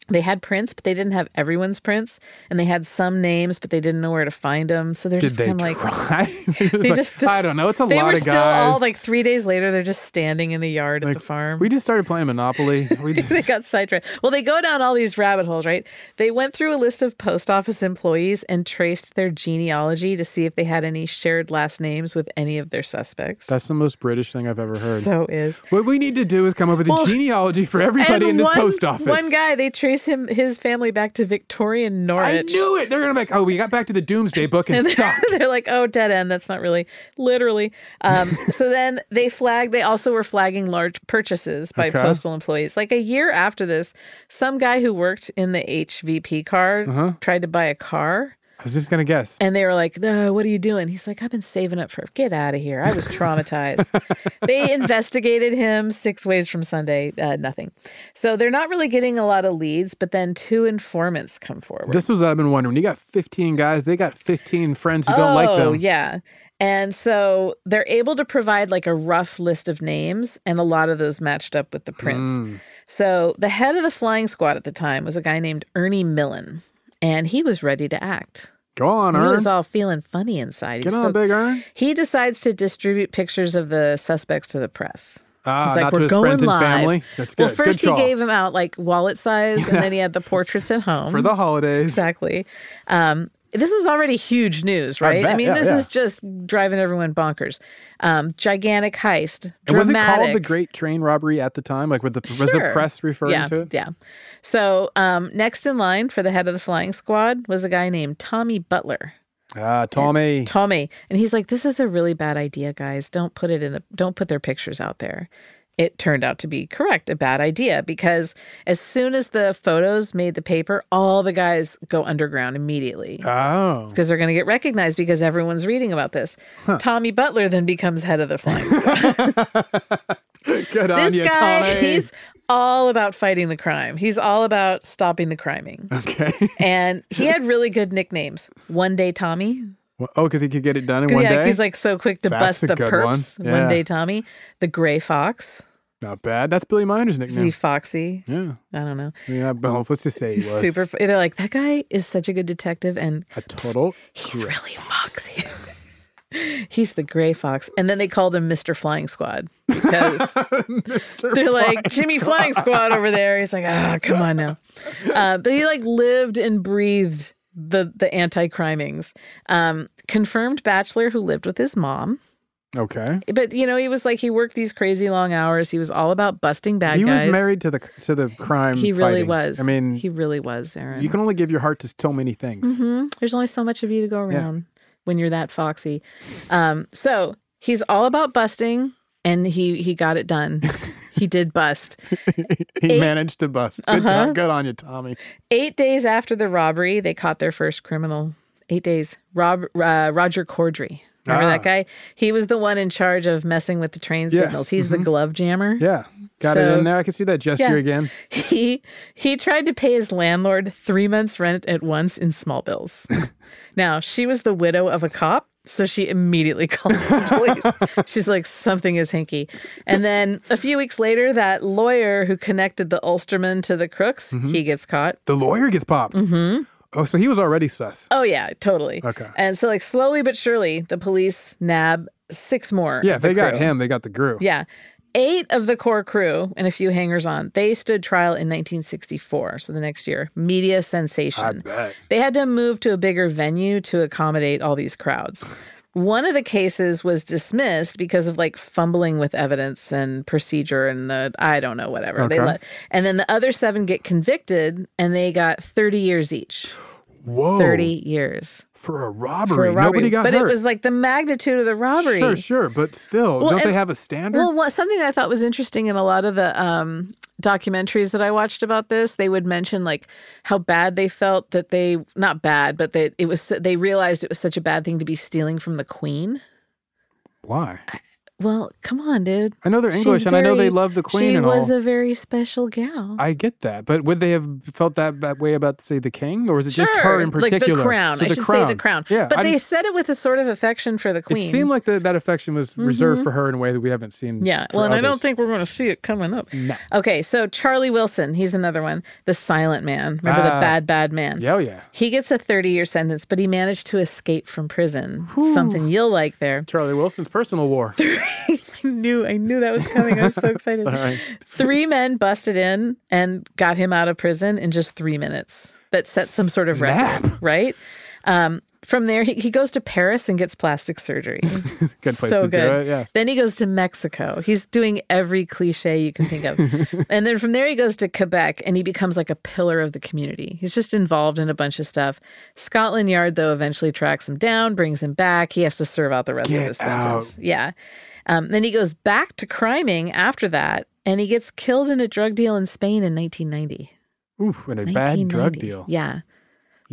They had prints, but they didn't have everyone's prints, and they had some names, but they didn't know where to find them. So they're
Did
just
they
kind of like
try? It's like,
dis-
I don't know. It's a
they
lot
were
of
still
guys.
all like three days later. They're just standing in the yard at the farm.
we just started playing Monopoly. We just,
they got sidetracked. Well, they go down all these rabbit holes, right? They went through a list of post office employees and traced their genealogy to see if they had any shared last names with any of their suspects.
that's the most British thing I've ever heard.
So is
what we need to do is come up with a
Well,
genealogy for everybody
And
in this
one-
post office.
One guy, they trace him his family back to Victorian
I
Norwich.
knew it. They're gonna be like, oh, we got back to the Doomsday Book and,
And they're-
stopped.
They're like, oh, dead end. That's not really literally. Um, so then they flagged, they also were flagging large purchases by
Okay.
postal employees. Like a year after this, some guy who worked in the HVP car
Uh-huh.
tried to buy a car.
I was just gonna guess.
And they were like, "Uh, what are you doing? He's like, I've been saving up for get out of here. I was traumatized. they investigated him six ways from Sunday, uh, nothing. So they're not really getting a lot of leads, but then two informants come forward.
This was what I've been wondering. You got 15 guys. They got 15 friends who don't like them.
Oh, yeah. And so they're able to provide like a rough list of names, and a lot of those matched up with the prints.
Hmm.
So the head of the flying squad at the time was a guy named Ernie Millen, and he was ready to act.
Go on,
he was
Ern.
all feeling funny inside. He
Get
was
on,
so-
Big Ern.
He decides to distribute pictures of the suspects to the press.
Ah,
He's like,
not to
we're
his
going
friends and
live.
family? That's
Well,
good. Good
first
call.
he gave him out like wallet size, and then he had the portraits at home
For the holidays.
Exactly. Um, this was already huge news,
I
right? I,
bet,
mean,
yeah,
this
yeah.
is just driving everyone bonkers. Um, gigantic heist,
And was it called
dramatic.
the Great Train Robbery at the time? Like, with the, was the
Sure.
press referring
Yeah,
to it?
Yeah. So um, next in line for the head of the flying squad was a guy named Tommy Butler.
Ah, Tommy.
Tommy. And he's like, This is a really bad idea, guys. Don't put it in the don't put their pictures out there. It turned out to be correct, a bad idea, because as soon as the photos made the paper, all the guys go underground immediately.
Oh.
Because they're going to get recognized because everyone's reading about this. Tommy Butler then becomes head of the flying squad.
Good on
this
you,
guy,
Tommy.
he's all about fighting the crime. He's all about stopping the criming.
Okay.
and he had really good nicknames. One Day Tommy.
Well, oh, because he could get it done in one
yeah,
day?
he's like so quick to
That's
bust
a
the
good one.
perps. One.
Yeah.
day, Tommy, the Gray Fox,
Not bad. That's Billy Miner's nickname.
Z Foxy.
yeah.
I don't know.
Yeah, well, let's just say he was.
Super. fu- They're like that guy is such a good detective, and
A total. He's
really foxy. he's the Gray Fox. And then they called him Mister Flying Squad because they're like Jimmy Flying Squad over there. He's like, ah, come on now. Uh, but he like lived and breathed the the anti crimings. Um, confirmed bachelor who lived with his mom.
Okay.
But you know, he was like he worked these crazy long hours. He was all about busting bad
he
guys.
was married to the to the crime.
He really
fighting.
was.
I mean,
he really was, Aaron.
you can only give your heart to so many things.
hmm There's only so much of you to go
Yeah.
around when you're that foxy. Um, so he's all about busting, and he he got it done. he did bust.
He
Eight-
managed to bust. Good
Uh-huh.
job. Good on you, Tommy.
Eight days after the robbery, they caught their first criminal. Eight days. Rob uh, Roger Cordry. Remember
Ah.
that guy? He was the one in charge of messing with the train
Yeah. Mm-hmm.
signals. He's the glove jammer.
Yeah. Got it
So-
in there. I can see that gesture
Yeah.
again.
He he tried to pay his landlord three months' rent at once in small bills. now she was the widow of a cop, so she immediately calls the police. She's like, "Something is hinky." And then a few weeks later, that lawyer who connected the Ulsterman to the crooks,
Mm-hmm.
he gets caught.
The lawyer gets popped. Mm-hmm. Oh, so he was already sus.
Oh yeah, totally.
Okay.
And so, like slowly but surely, the police nab six more.
Yeah,
of
they
the
got
crew.
him. They got the group.
Yeah. Eight of the core crew and a few hangers on, they stood trial in 1964. So the next year, media sensation.
I bet.
They had to move to a bigger venue to accommodate all these crowds. One of the cases was dismissed because of like fumbling with evidence and procedure and the I don't know whatever. They
Okay.
let, and then the other seven get convicted and they got 30 years each.
Whoa.
30 years.
For a
for
robbery.
a robbery.
Nobody got
but
hurt.
it was like the magnitude of the robbery.
Sure, sure. But still,
Well,
Oh, don't they
and-
have a standard?
Well, what, something I thought was interesting in a lot of the um, documentaries that I watched about this, they would mention like how bad they felt that they not bad, but that it was they realized it was such a bad thing to be stealing from the queen.
Why?
Well, come on, dude.
I know they're
She's
English and I know they
very-
love the queen
She
and
was
all.
a very special gal.
I get that. But would they have felt that, that way about, say, the king? Or is it just her
Sure,
in particular?
Like the crown.
So
I
the
should
crown.
say the crown.
Yeah.
but
I
they
just-
said it with a sort of affection for the queen.
It seemed like the, that affection was reserved
Mhm.
for her in a way that we haven't seen.
Yeah.
for
Well, and I don't
others.
think we're going to see it coming up. Okay. So Charlie Wilson, he's another one. The silent man. Remember
Ah.
the bad, bad man?
Yeah, oh, yeah.
He gets a 30 year sentence, but he managed to escape from prison. Something you'll like there.
Charlie Wilson's personal war.
I knew, I knew that was coming. I was so excited.
Sorry.
Three men busted in and got him out of prison in just three minutes. That set some sort of record, right? Um, from there, he, he goes to Paris and gets plastic surgery.
Good place
so
to
good.
do it. Yes.
Then he goes to Mexico. He's doing every cliche you can think of. and then from there, he goes to Quebec and he becomes like a pillar of the community. He's just involved in a bunch of stuff. Scotland Yard, though, eventually tracks him down, brings him back. He has to serve out the rest of
Get
his
out.
sentence. Yeah. Um, then he goes back to criming after that and he gets killed in a drug deal in Spain in 1990.
Oof, and a bad drug
1990.
deal.
Yeah.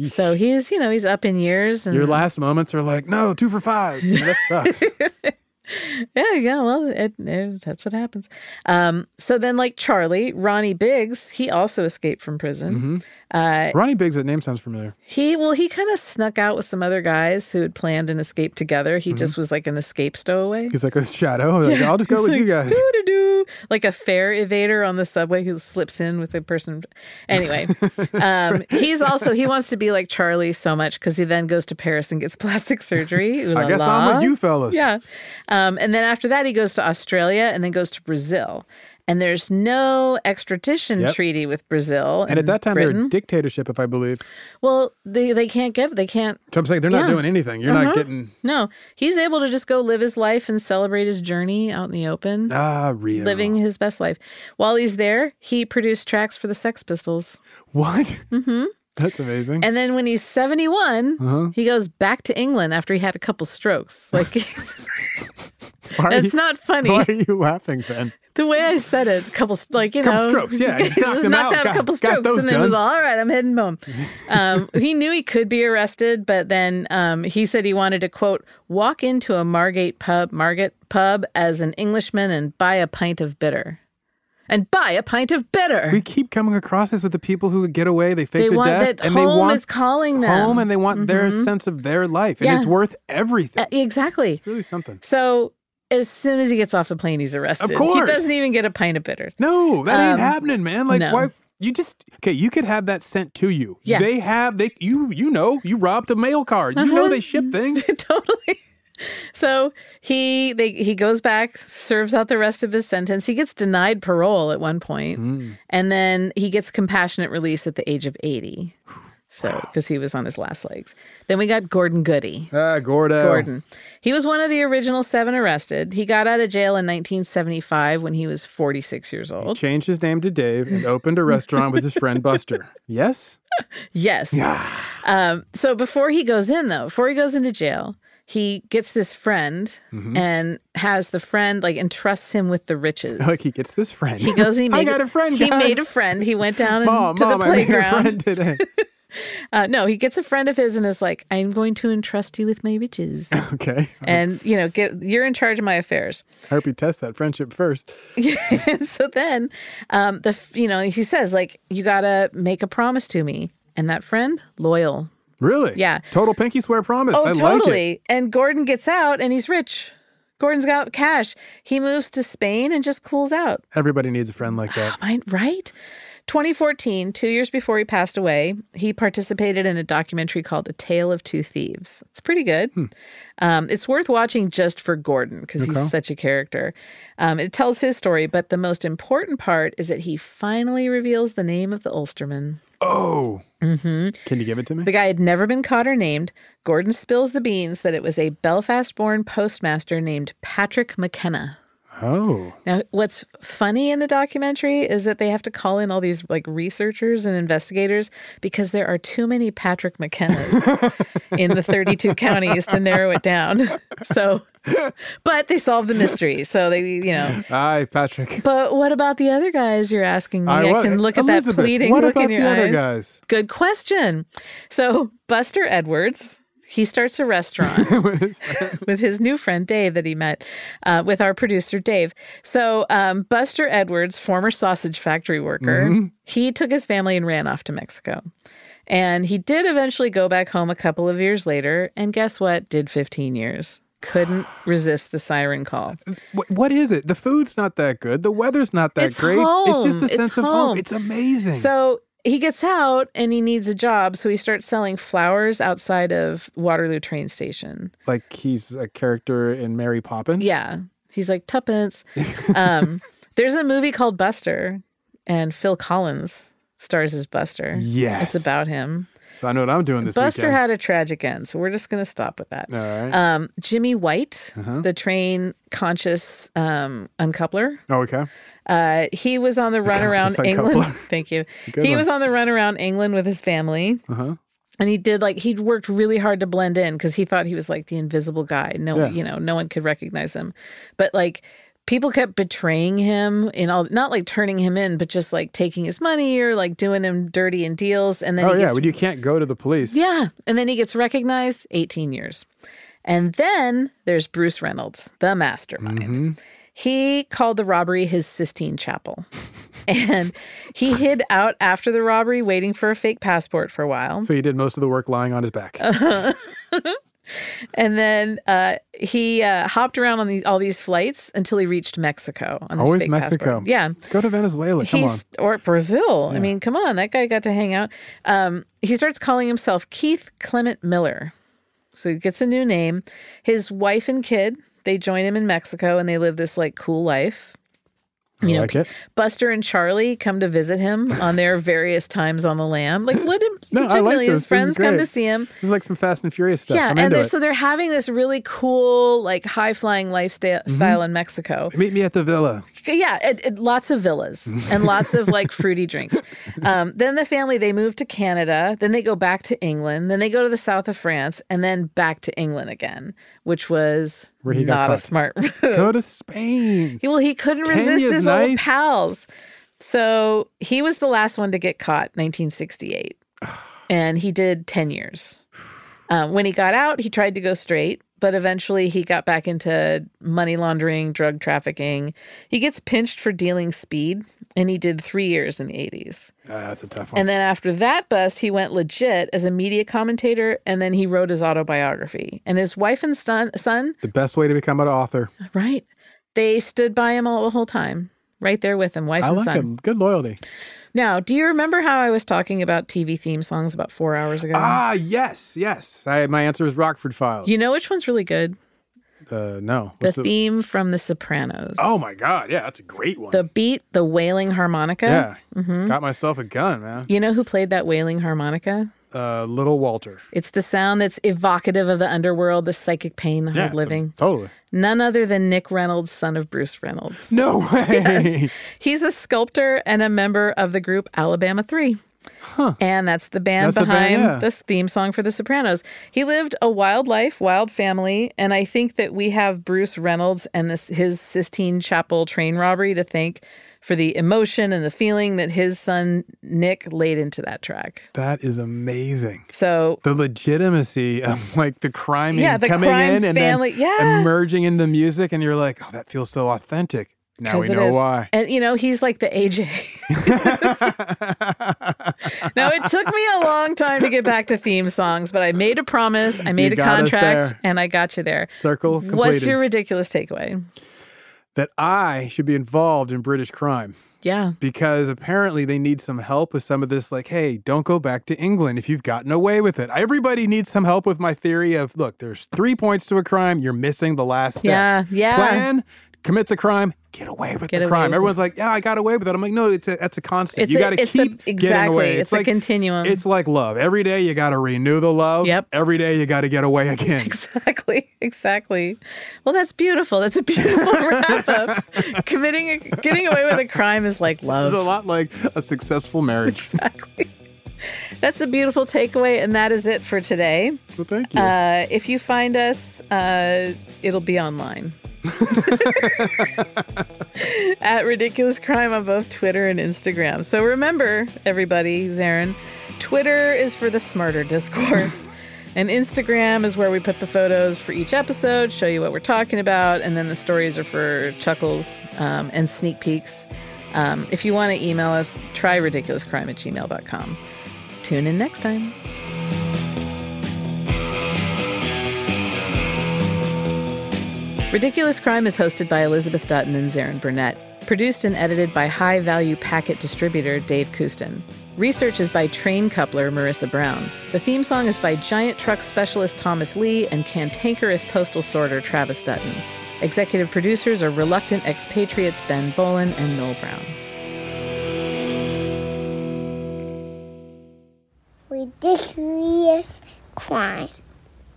So he's, you know, he's up in years. And
Your last moments are like, no, two for fives. You know, that sucks.
Yeah, yeah. Well, it, it, that's what happens. Um, so then, like Charlie, Ronnie Biggs, he also escaped from prison. Uh,
Ronnie Biggs, that name sounds familiar.
he well, he kind of snuck out with some other guys who had planned an escape together. He just was like an escape stowaway.
He's like a shadow. Like,
Yeah,
I'll just go
he's
with
like,
you guys.
"Doo-doo-doo," Like a fare evader on the subway who slips in with a person. Anyway, um, he's also, he wants to be like Charlie so much because he then goes to Paris and gets plastic surgery. Ooh
I
la
guess I'm
la.
with you fellas.
Yeah. Um, and then after that, he goes to Australia and then goes to Brazil. And there's no extradition
Yep.
treaty with Brazil.
And at that time,
Britain.
they're a dictatorship, if I believe.
well, they, they can't get, they can't
So I'm saying they're not
Yeah.
doing anything. You're not
Uh-huh.
getting
No, he's able to just go live his life and celebrate his journey out in the open.
ah Rio.
Living his best life. While he's there, he produced tracks for the Sex Pistols.
What?
hmm
That's amazing.
And then when he's 71,
Uh-huh.
he goes back to England after he had a couple strokes. Like,
Why are
that's
you-
not funny.
Why are you laughing then?
The way I said it, a couple, like, you
Couple
know,
strokes, yeah, just knocked him out,
knocked
got-
a couple
got
strokes,
those
and then it was
done.
all, all right, I'm heading home. Um, he knew he could be arrested, but then um, he said he wanted to, quote, walk into a Margate pub, Margate pub as an Englishman and buy a pint of bitter. And buy a pint of bitter.
We keep coming across this with the people who get away. They fake
They
their
want
death,
that
and they
home
want
is calling them.
home, and they want their
Mhm.
sense of their life, and
Yeah.
it's worth everything.
Uh, exactly.
It's really something.
So as soon as he gets off the plane, he's arrested.
course.
He doesn't even get a pint of bitters.
No, that ain't
Um,
happening, man. Like
no.
why? You just okay. You could have that sent to you.
Yeah.
They have they. You you know you robbed the mail card. You know
Uh-huh.
they ship things.
So he they he goes back, serves out the rest of his sentence. He gets denied
Hmm.
parole at one point, and then he gets compassionate release at the age of eighty. So, because he was on his last legs. Then we got Gordon Goody.
Ah, Gordo.
Gordon. He was one of the original seven arrested. He got out of jail in 1975 when he was 46 years old.
Changed his name to Dave and opened a restaurant with his friend Buster. Yes?
Yes.
Yeah.
Um, so before he goes in, though, before he goes into jail, he gets this friend
Mhm.
and has the friend like entrusts him with the riches.
Like he gets this friend.
He goes and he made
I got a friend,
He
guys.
made a friend. He went down and
Mom,
to
Mom,
the
I made a
playground.
friend today.
uh, no, he gets a friend of his and is like, "I'm going to entrust you with my riches."
Okay.
and you know, get you're in charge of my affairs.
I hope you test that friendship first.
And so then, um, the f- you know he says like, "You gotta make a promise to me," and that friend loyal.
Really?
Yeah.
Total pinky swear promise.
Oh,
I
totally.
like it.
And Gordon gets out and he's rich. Gordon's got cash. He moves to Spain and just cools out.
Everybody needs a friend like that.
Mine, right? 2014, two years before he passed away, he participated in a documentary called A Tale of Two Thieves. It's pretty good.
Hmm.
Um, it's worth watching just for Gordon because
Okay.
he's such a character. Um, it tells his story, but the most important part is that he finally reveals the name of the Ulsterman.
Oh.
Mm-hmm.
Can you give it to me?
The guy had never been caught or named. Gordon spills the beans that it was a Belfast born postmaster named Patrick McKenna.
Oh.
Now, what's funny in the documentary is that they have to call in all these like researchers and investigators because there are too many Patrick McKennas in the 32 counties to narrow it down. So, but they solve the mystery. So they, you know.
Hi, Patrick.
But what about the other guys you're asking me?
I
I,
wa-
can look at that
Elizabeth,
pleading
what
look in
about
your
the
eyes.
other guys?
Good question. So Buster Edwards, he starts a restaurant with his new friend Dave that he met uh, with our producer Dave. So um, Buster Edwards, former sausage factory worker,
Mm-hmm.
Mhm.
he took his family and ran off to Mexico. And he did eventually go back home a couple of years later. And guess what? Did 15 years. Couldn't resist the siren call.
What, what is it? The food's not that good. The weather's not that
it's
great.
Home.
It's just the sense of home. It's amazing.
So he gets out and he needs a job, so he starts selling flowers outside of Waterloo train station.
like he's a character in Mary Poppins.
Yeah, he's like tuppence. Um, there's a movie called Buster, and Phil Collins stars as Buster.
Yes.
it's about him.
So I know what I'm doing this
Buster
weekend.
had a tragic end, so we're just going to stop with that.
All right.
Um, Jimmy White,
Uh-huh.
the train conscious um, uncoupler.
oh, okay.
Uh, he was on the run
Gosh,
around
it's like
England.
Coupler.
Thank you.
Good
he
one.
was on the run around England with his family.
Uh huh.
And he did like he worked really hard to blend in because he thought he was like the invisible guy. No,
Yeah.
you know, no one could recognize him. But like people kept betraying him and all, not like turning him in, but just like taking his money or like doing him dirty in deals. And then
Oh
he
yeah,
gets
when you can't go to the police.
yeah. And then he gets recognized 18 years. And then there's Bruce Reynolds, the mastermind. He called the robbery his Sistine Chapel. and he hid out after the robbery, waiting for a fake passport for a while.
So he did most of the work lying on his back.
Oh. and then uh, he uh, hopped around on the, all these flights until he reached Mexico. On his
Always
fake
Mexico.
passport. Yeah.
Go to Venezuela. Come
He's-
on.
Or Brazil. I mean, come on. That guy got to hang out. Um, he starts calling himself Keith Clement Miller. So he gets a new name. His wife and kid, they join him in Mexico and they live this like cool life.
I
You know,
like it.
Buster and Charlie come to visit him on their various times on the lam. Like, let him,
No, I like
legitimately,
this. This
his
is
friends come to
great.
see him.
This is like some Fast and Furious stuff.
Yeah,
I'm
and
into
they're,
it.
so they're having this really cool, like high flying lifestyle
Mm-hmm.
style in Mexico.
Meet me at the villa.
Yeah, it, it- lots of villas
Mm-hmm.
and lots of like fruity drinks. Um, then the family they move to Canada. Then they go back to England. Then they go to the south of France, and then back to England again, which was
Where he got
not a
caught.
smart move.
Go to Spain.
He- well, he couldn't resist
Kenya's
his old
nice.
pals. So he was the last one to get caught, 1968, and he did 10 years. Um, when he got out, he tried to go straight, but eventually he got back into money laundering, drug trafficking. He gets pinched for dealing speed, and he did three years in the 80s.
Ah, that's a tough one.
And then after that bust, he went legit as a media commentator, and then he wrote his autobiography. And his wife and son, son
the best way to become an author.
Right. They stood by him all the whole time, right there with him, wife
I
and
like
son.
him. Good loyalty.
Now, do you remember how I was talking about TV theme songs about four hours ago?
Ah, yes, yes. I, my answer is Rockford Files.
you know which one's really good?
uh, no.
The
What's
theme from The Sopranos.
Oh my God. Yeah, that's a great one.
The beat, the wailing harmonica.
yeah.
Mhm.
Got myself a gun, man.
You know who played that wailing harmonica?
uh, Little Walter.
It's the sound that's evocative of the underworld, the psychic pain, the
Yeah,
hard
it's a-
living.
totally.
None other than Nick Reynolds, son of Bruce Reynolds.
No way.
Yes. He's a sculptor and a member of the group Alabama 3. Huh. And that's the band
That's the band,
behind
yeah.
this theme song for The Sopranos. He lived a wild life, wild family, and I think that we have Bruce Reynolds and this his Sistine Chapel train robbery to thank for the emotion and the feeling that his son Nick laid into that track.
That is amazing.
So
the legitimacy of like the crime
Yeah,
and
the
coming
crime
in and
family-
then
yeah.
emerging in the music, and you're like, oh, that feels so authentic. Now we
'Cause it
know
is.
why.
And you know, he's like the AJ. now it took me a long time to get back to theme songs, but I made a promise, I made a
got us
contract,
there.
and I got you there.
Circle
What's
completed.
your ridiculous takeaway?
that I should be involved in British crime.
Yeah.
Because apparently they need some help with some of this, like, hey, don't go back to England if you've gotten away with it. Everybody needs some help with my theory of look, there's three points to a crime, you're missing the last step.
Yeah, yeah.
Plan, commit the crime, get away with
Get
the
away
crime.
with it.
Everyone's like, yeah, I got away with it. I'm like, no, it's a, that's a constant.
It's
you
a-
got to
it's a-
keep getting away.
exactly. It's a continuum.
It's like love. Every day you got to renew the love. Yep. Every day you got to get away again.
Exactly. Exactly. Well, that's beautiful. That's a beautiful wrap up. Committing, a, getting away with a crime is like love.
It's a lot like a successful marriage.
That's a beautiful takeaway, and that is it for today.
Well, thank
you. Uh, if you find us, uh, it'll be online. At Ridiculous Crime on both Twitter and Instagram. So remember, everybody, Zarin, Twitter is for the smarter discourse. And Instagram is where we put the photos for each episode, show you what we're talking about, and then the stories are for chuckles um, and sneak peeks. Um, if you want to email us, try ridiculouscrime at gmail.com. Tune in next time. Ridiculous Crime is hosted by Elizabeth Dutton and Zarin Burnett. Produced and edited by high value packet distributor Dave Kustin. Research is by train coupler Marissa Brown. The theme song is by giant truck specialist Thomas Lee and cantankerous postal sorter Travis Dutton. Executive producers are reluctant expatriates Ben Bolin and Noel Brown.
Ridiculous crime.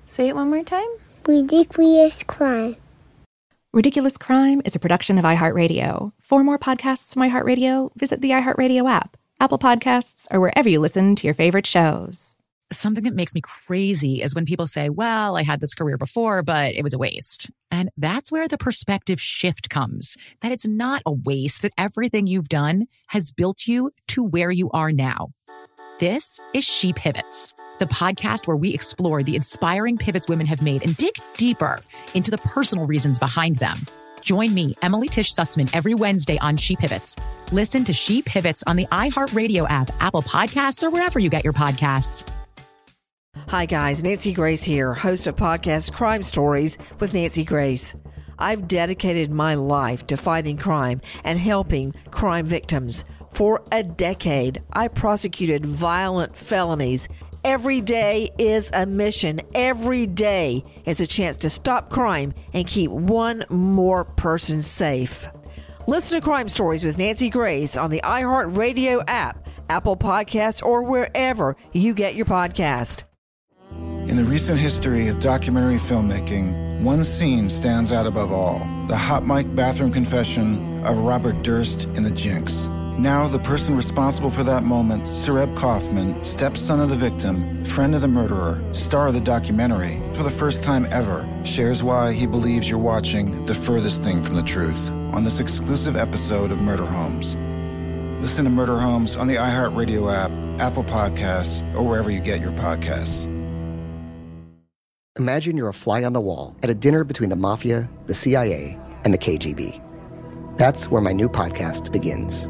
Say it one more time.
Ridiculous crime.
Ridiculous Crime is a production of iHeartRadio. For more podcasts from iHeartRadio, visit the iHeartRadio app, Apple Podcasts, or wherever you listen to your favorite shows.
Something that makes me crazy is when people say, Well, I had this career before, but it was a waste. And that's where the perspective shift comes that it's not a waste, that everything you've done has built you to where you are now. This is She Pivots, the podcast where we explore the inspiring pivots women have made and dig deeper into the personal reasons behind them. Join me, Emily Tish Sussman, every Wednesday on She Pivots. Listen to She Pivots on the iHeartRadio app, Apple Podcasts, or wherever you get your podcasts.
Hi, guys. Nancy Grace here, host of podcast Crime Stories with Nancy Grace. I've dedicated my life to fighting crime and helping crime victims. For a decade, I prosecuted violent felonies. Every day is a mission. Every day is a chance to stop crime and keep one more person safe. Listen to Crime Stories with Nancy Grace on the iHeartRadio app, Apple Podcasts, or wherever you get your podcast.
In the recent history of documentary filmmaking, one scene stands out above all the hot mic bathroom confession of Robert Durst in The Jinx. Now, the person responsible for that moment, Sareb Kaufman, stepson of the victim, friend of the murderer, star of the documentary, for the first time ever, shares why he believes you're watching the furthest thing from the truth on this exclusive episode of Murder Homes. Listen to Murder Homes on the iHeartRadio app, Apple Podcasts, or wherever you get your podcasts.
Imagine you're a fly on the wall at a dinner between the mafia, the CIA, and the KGB. That's where my new podcast begins.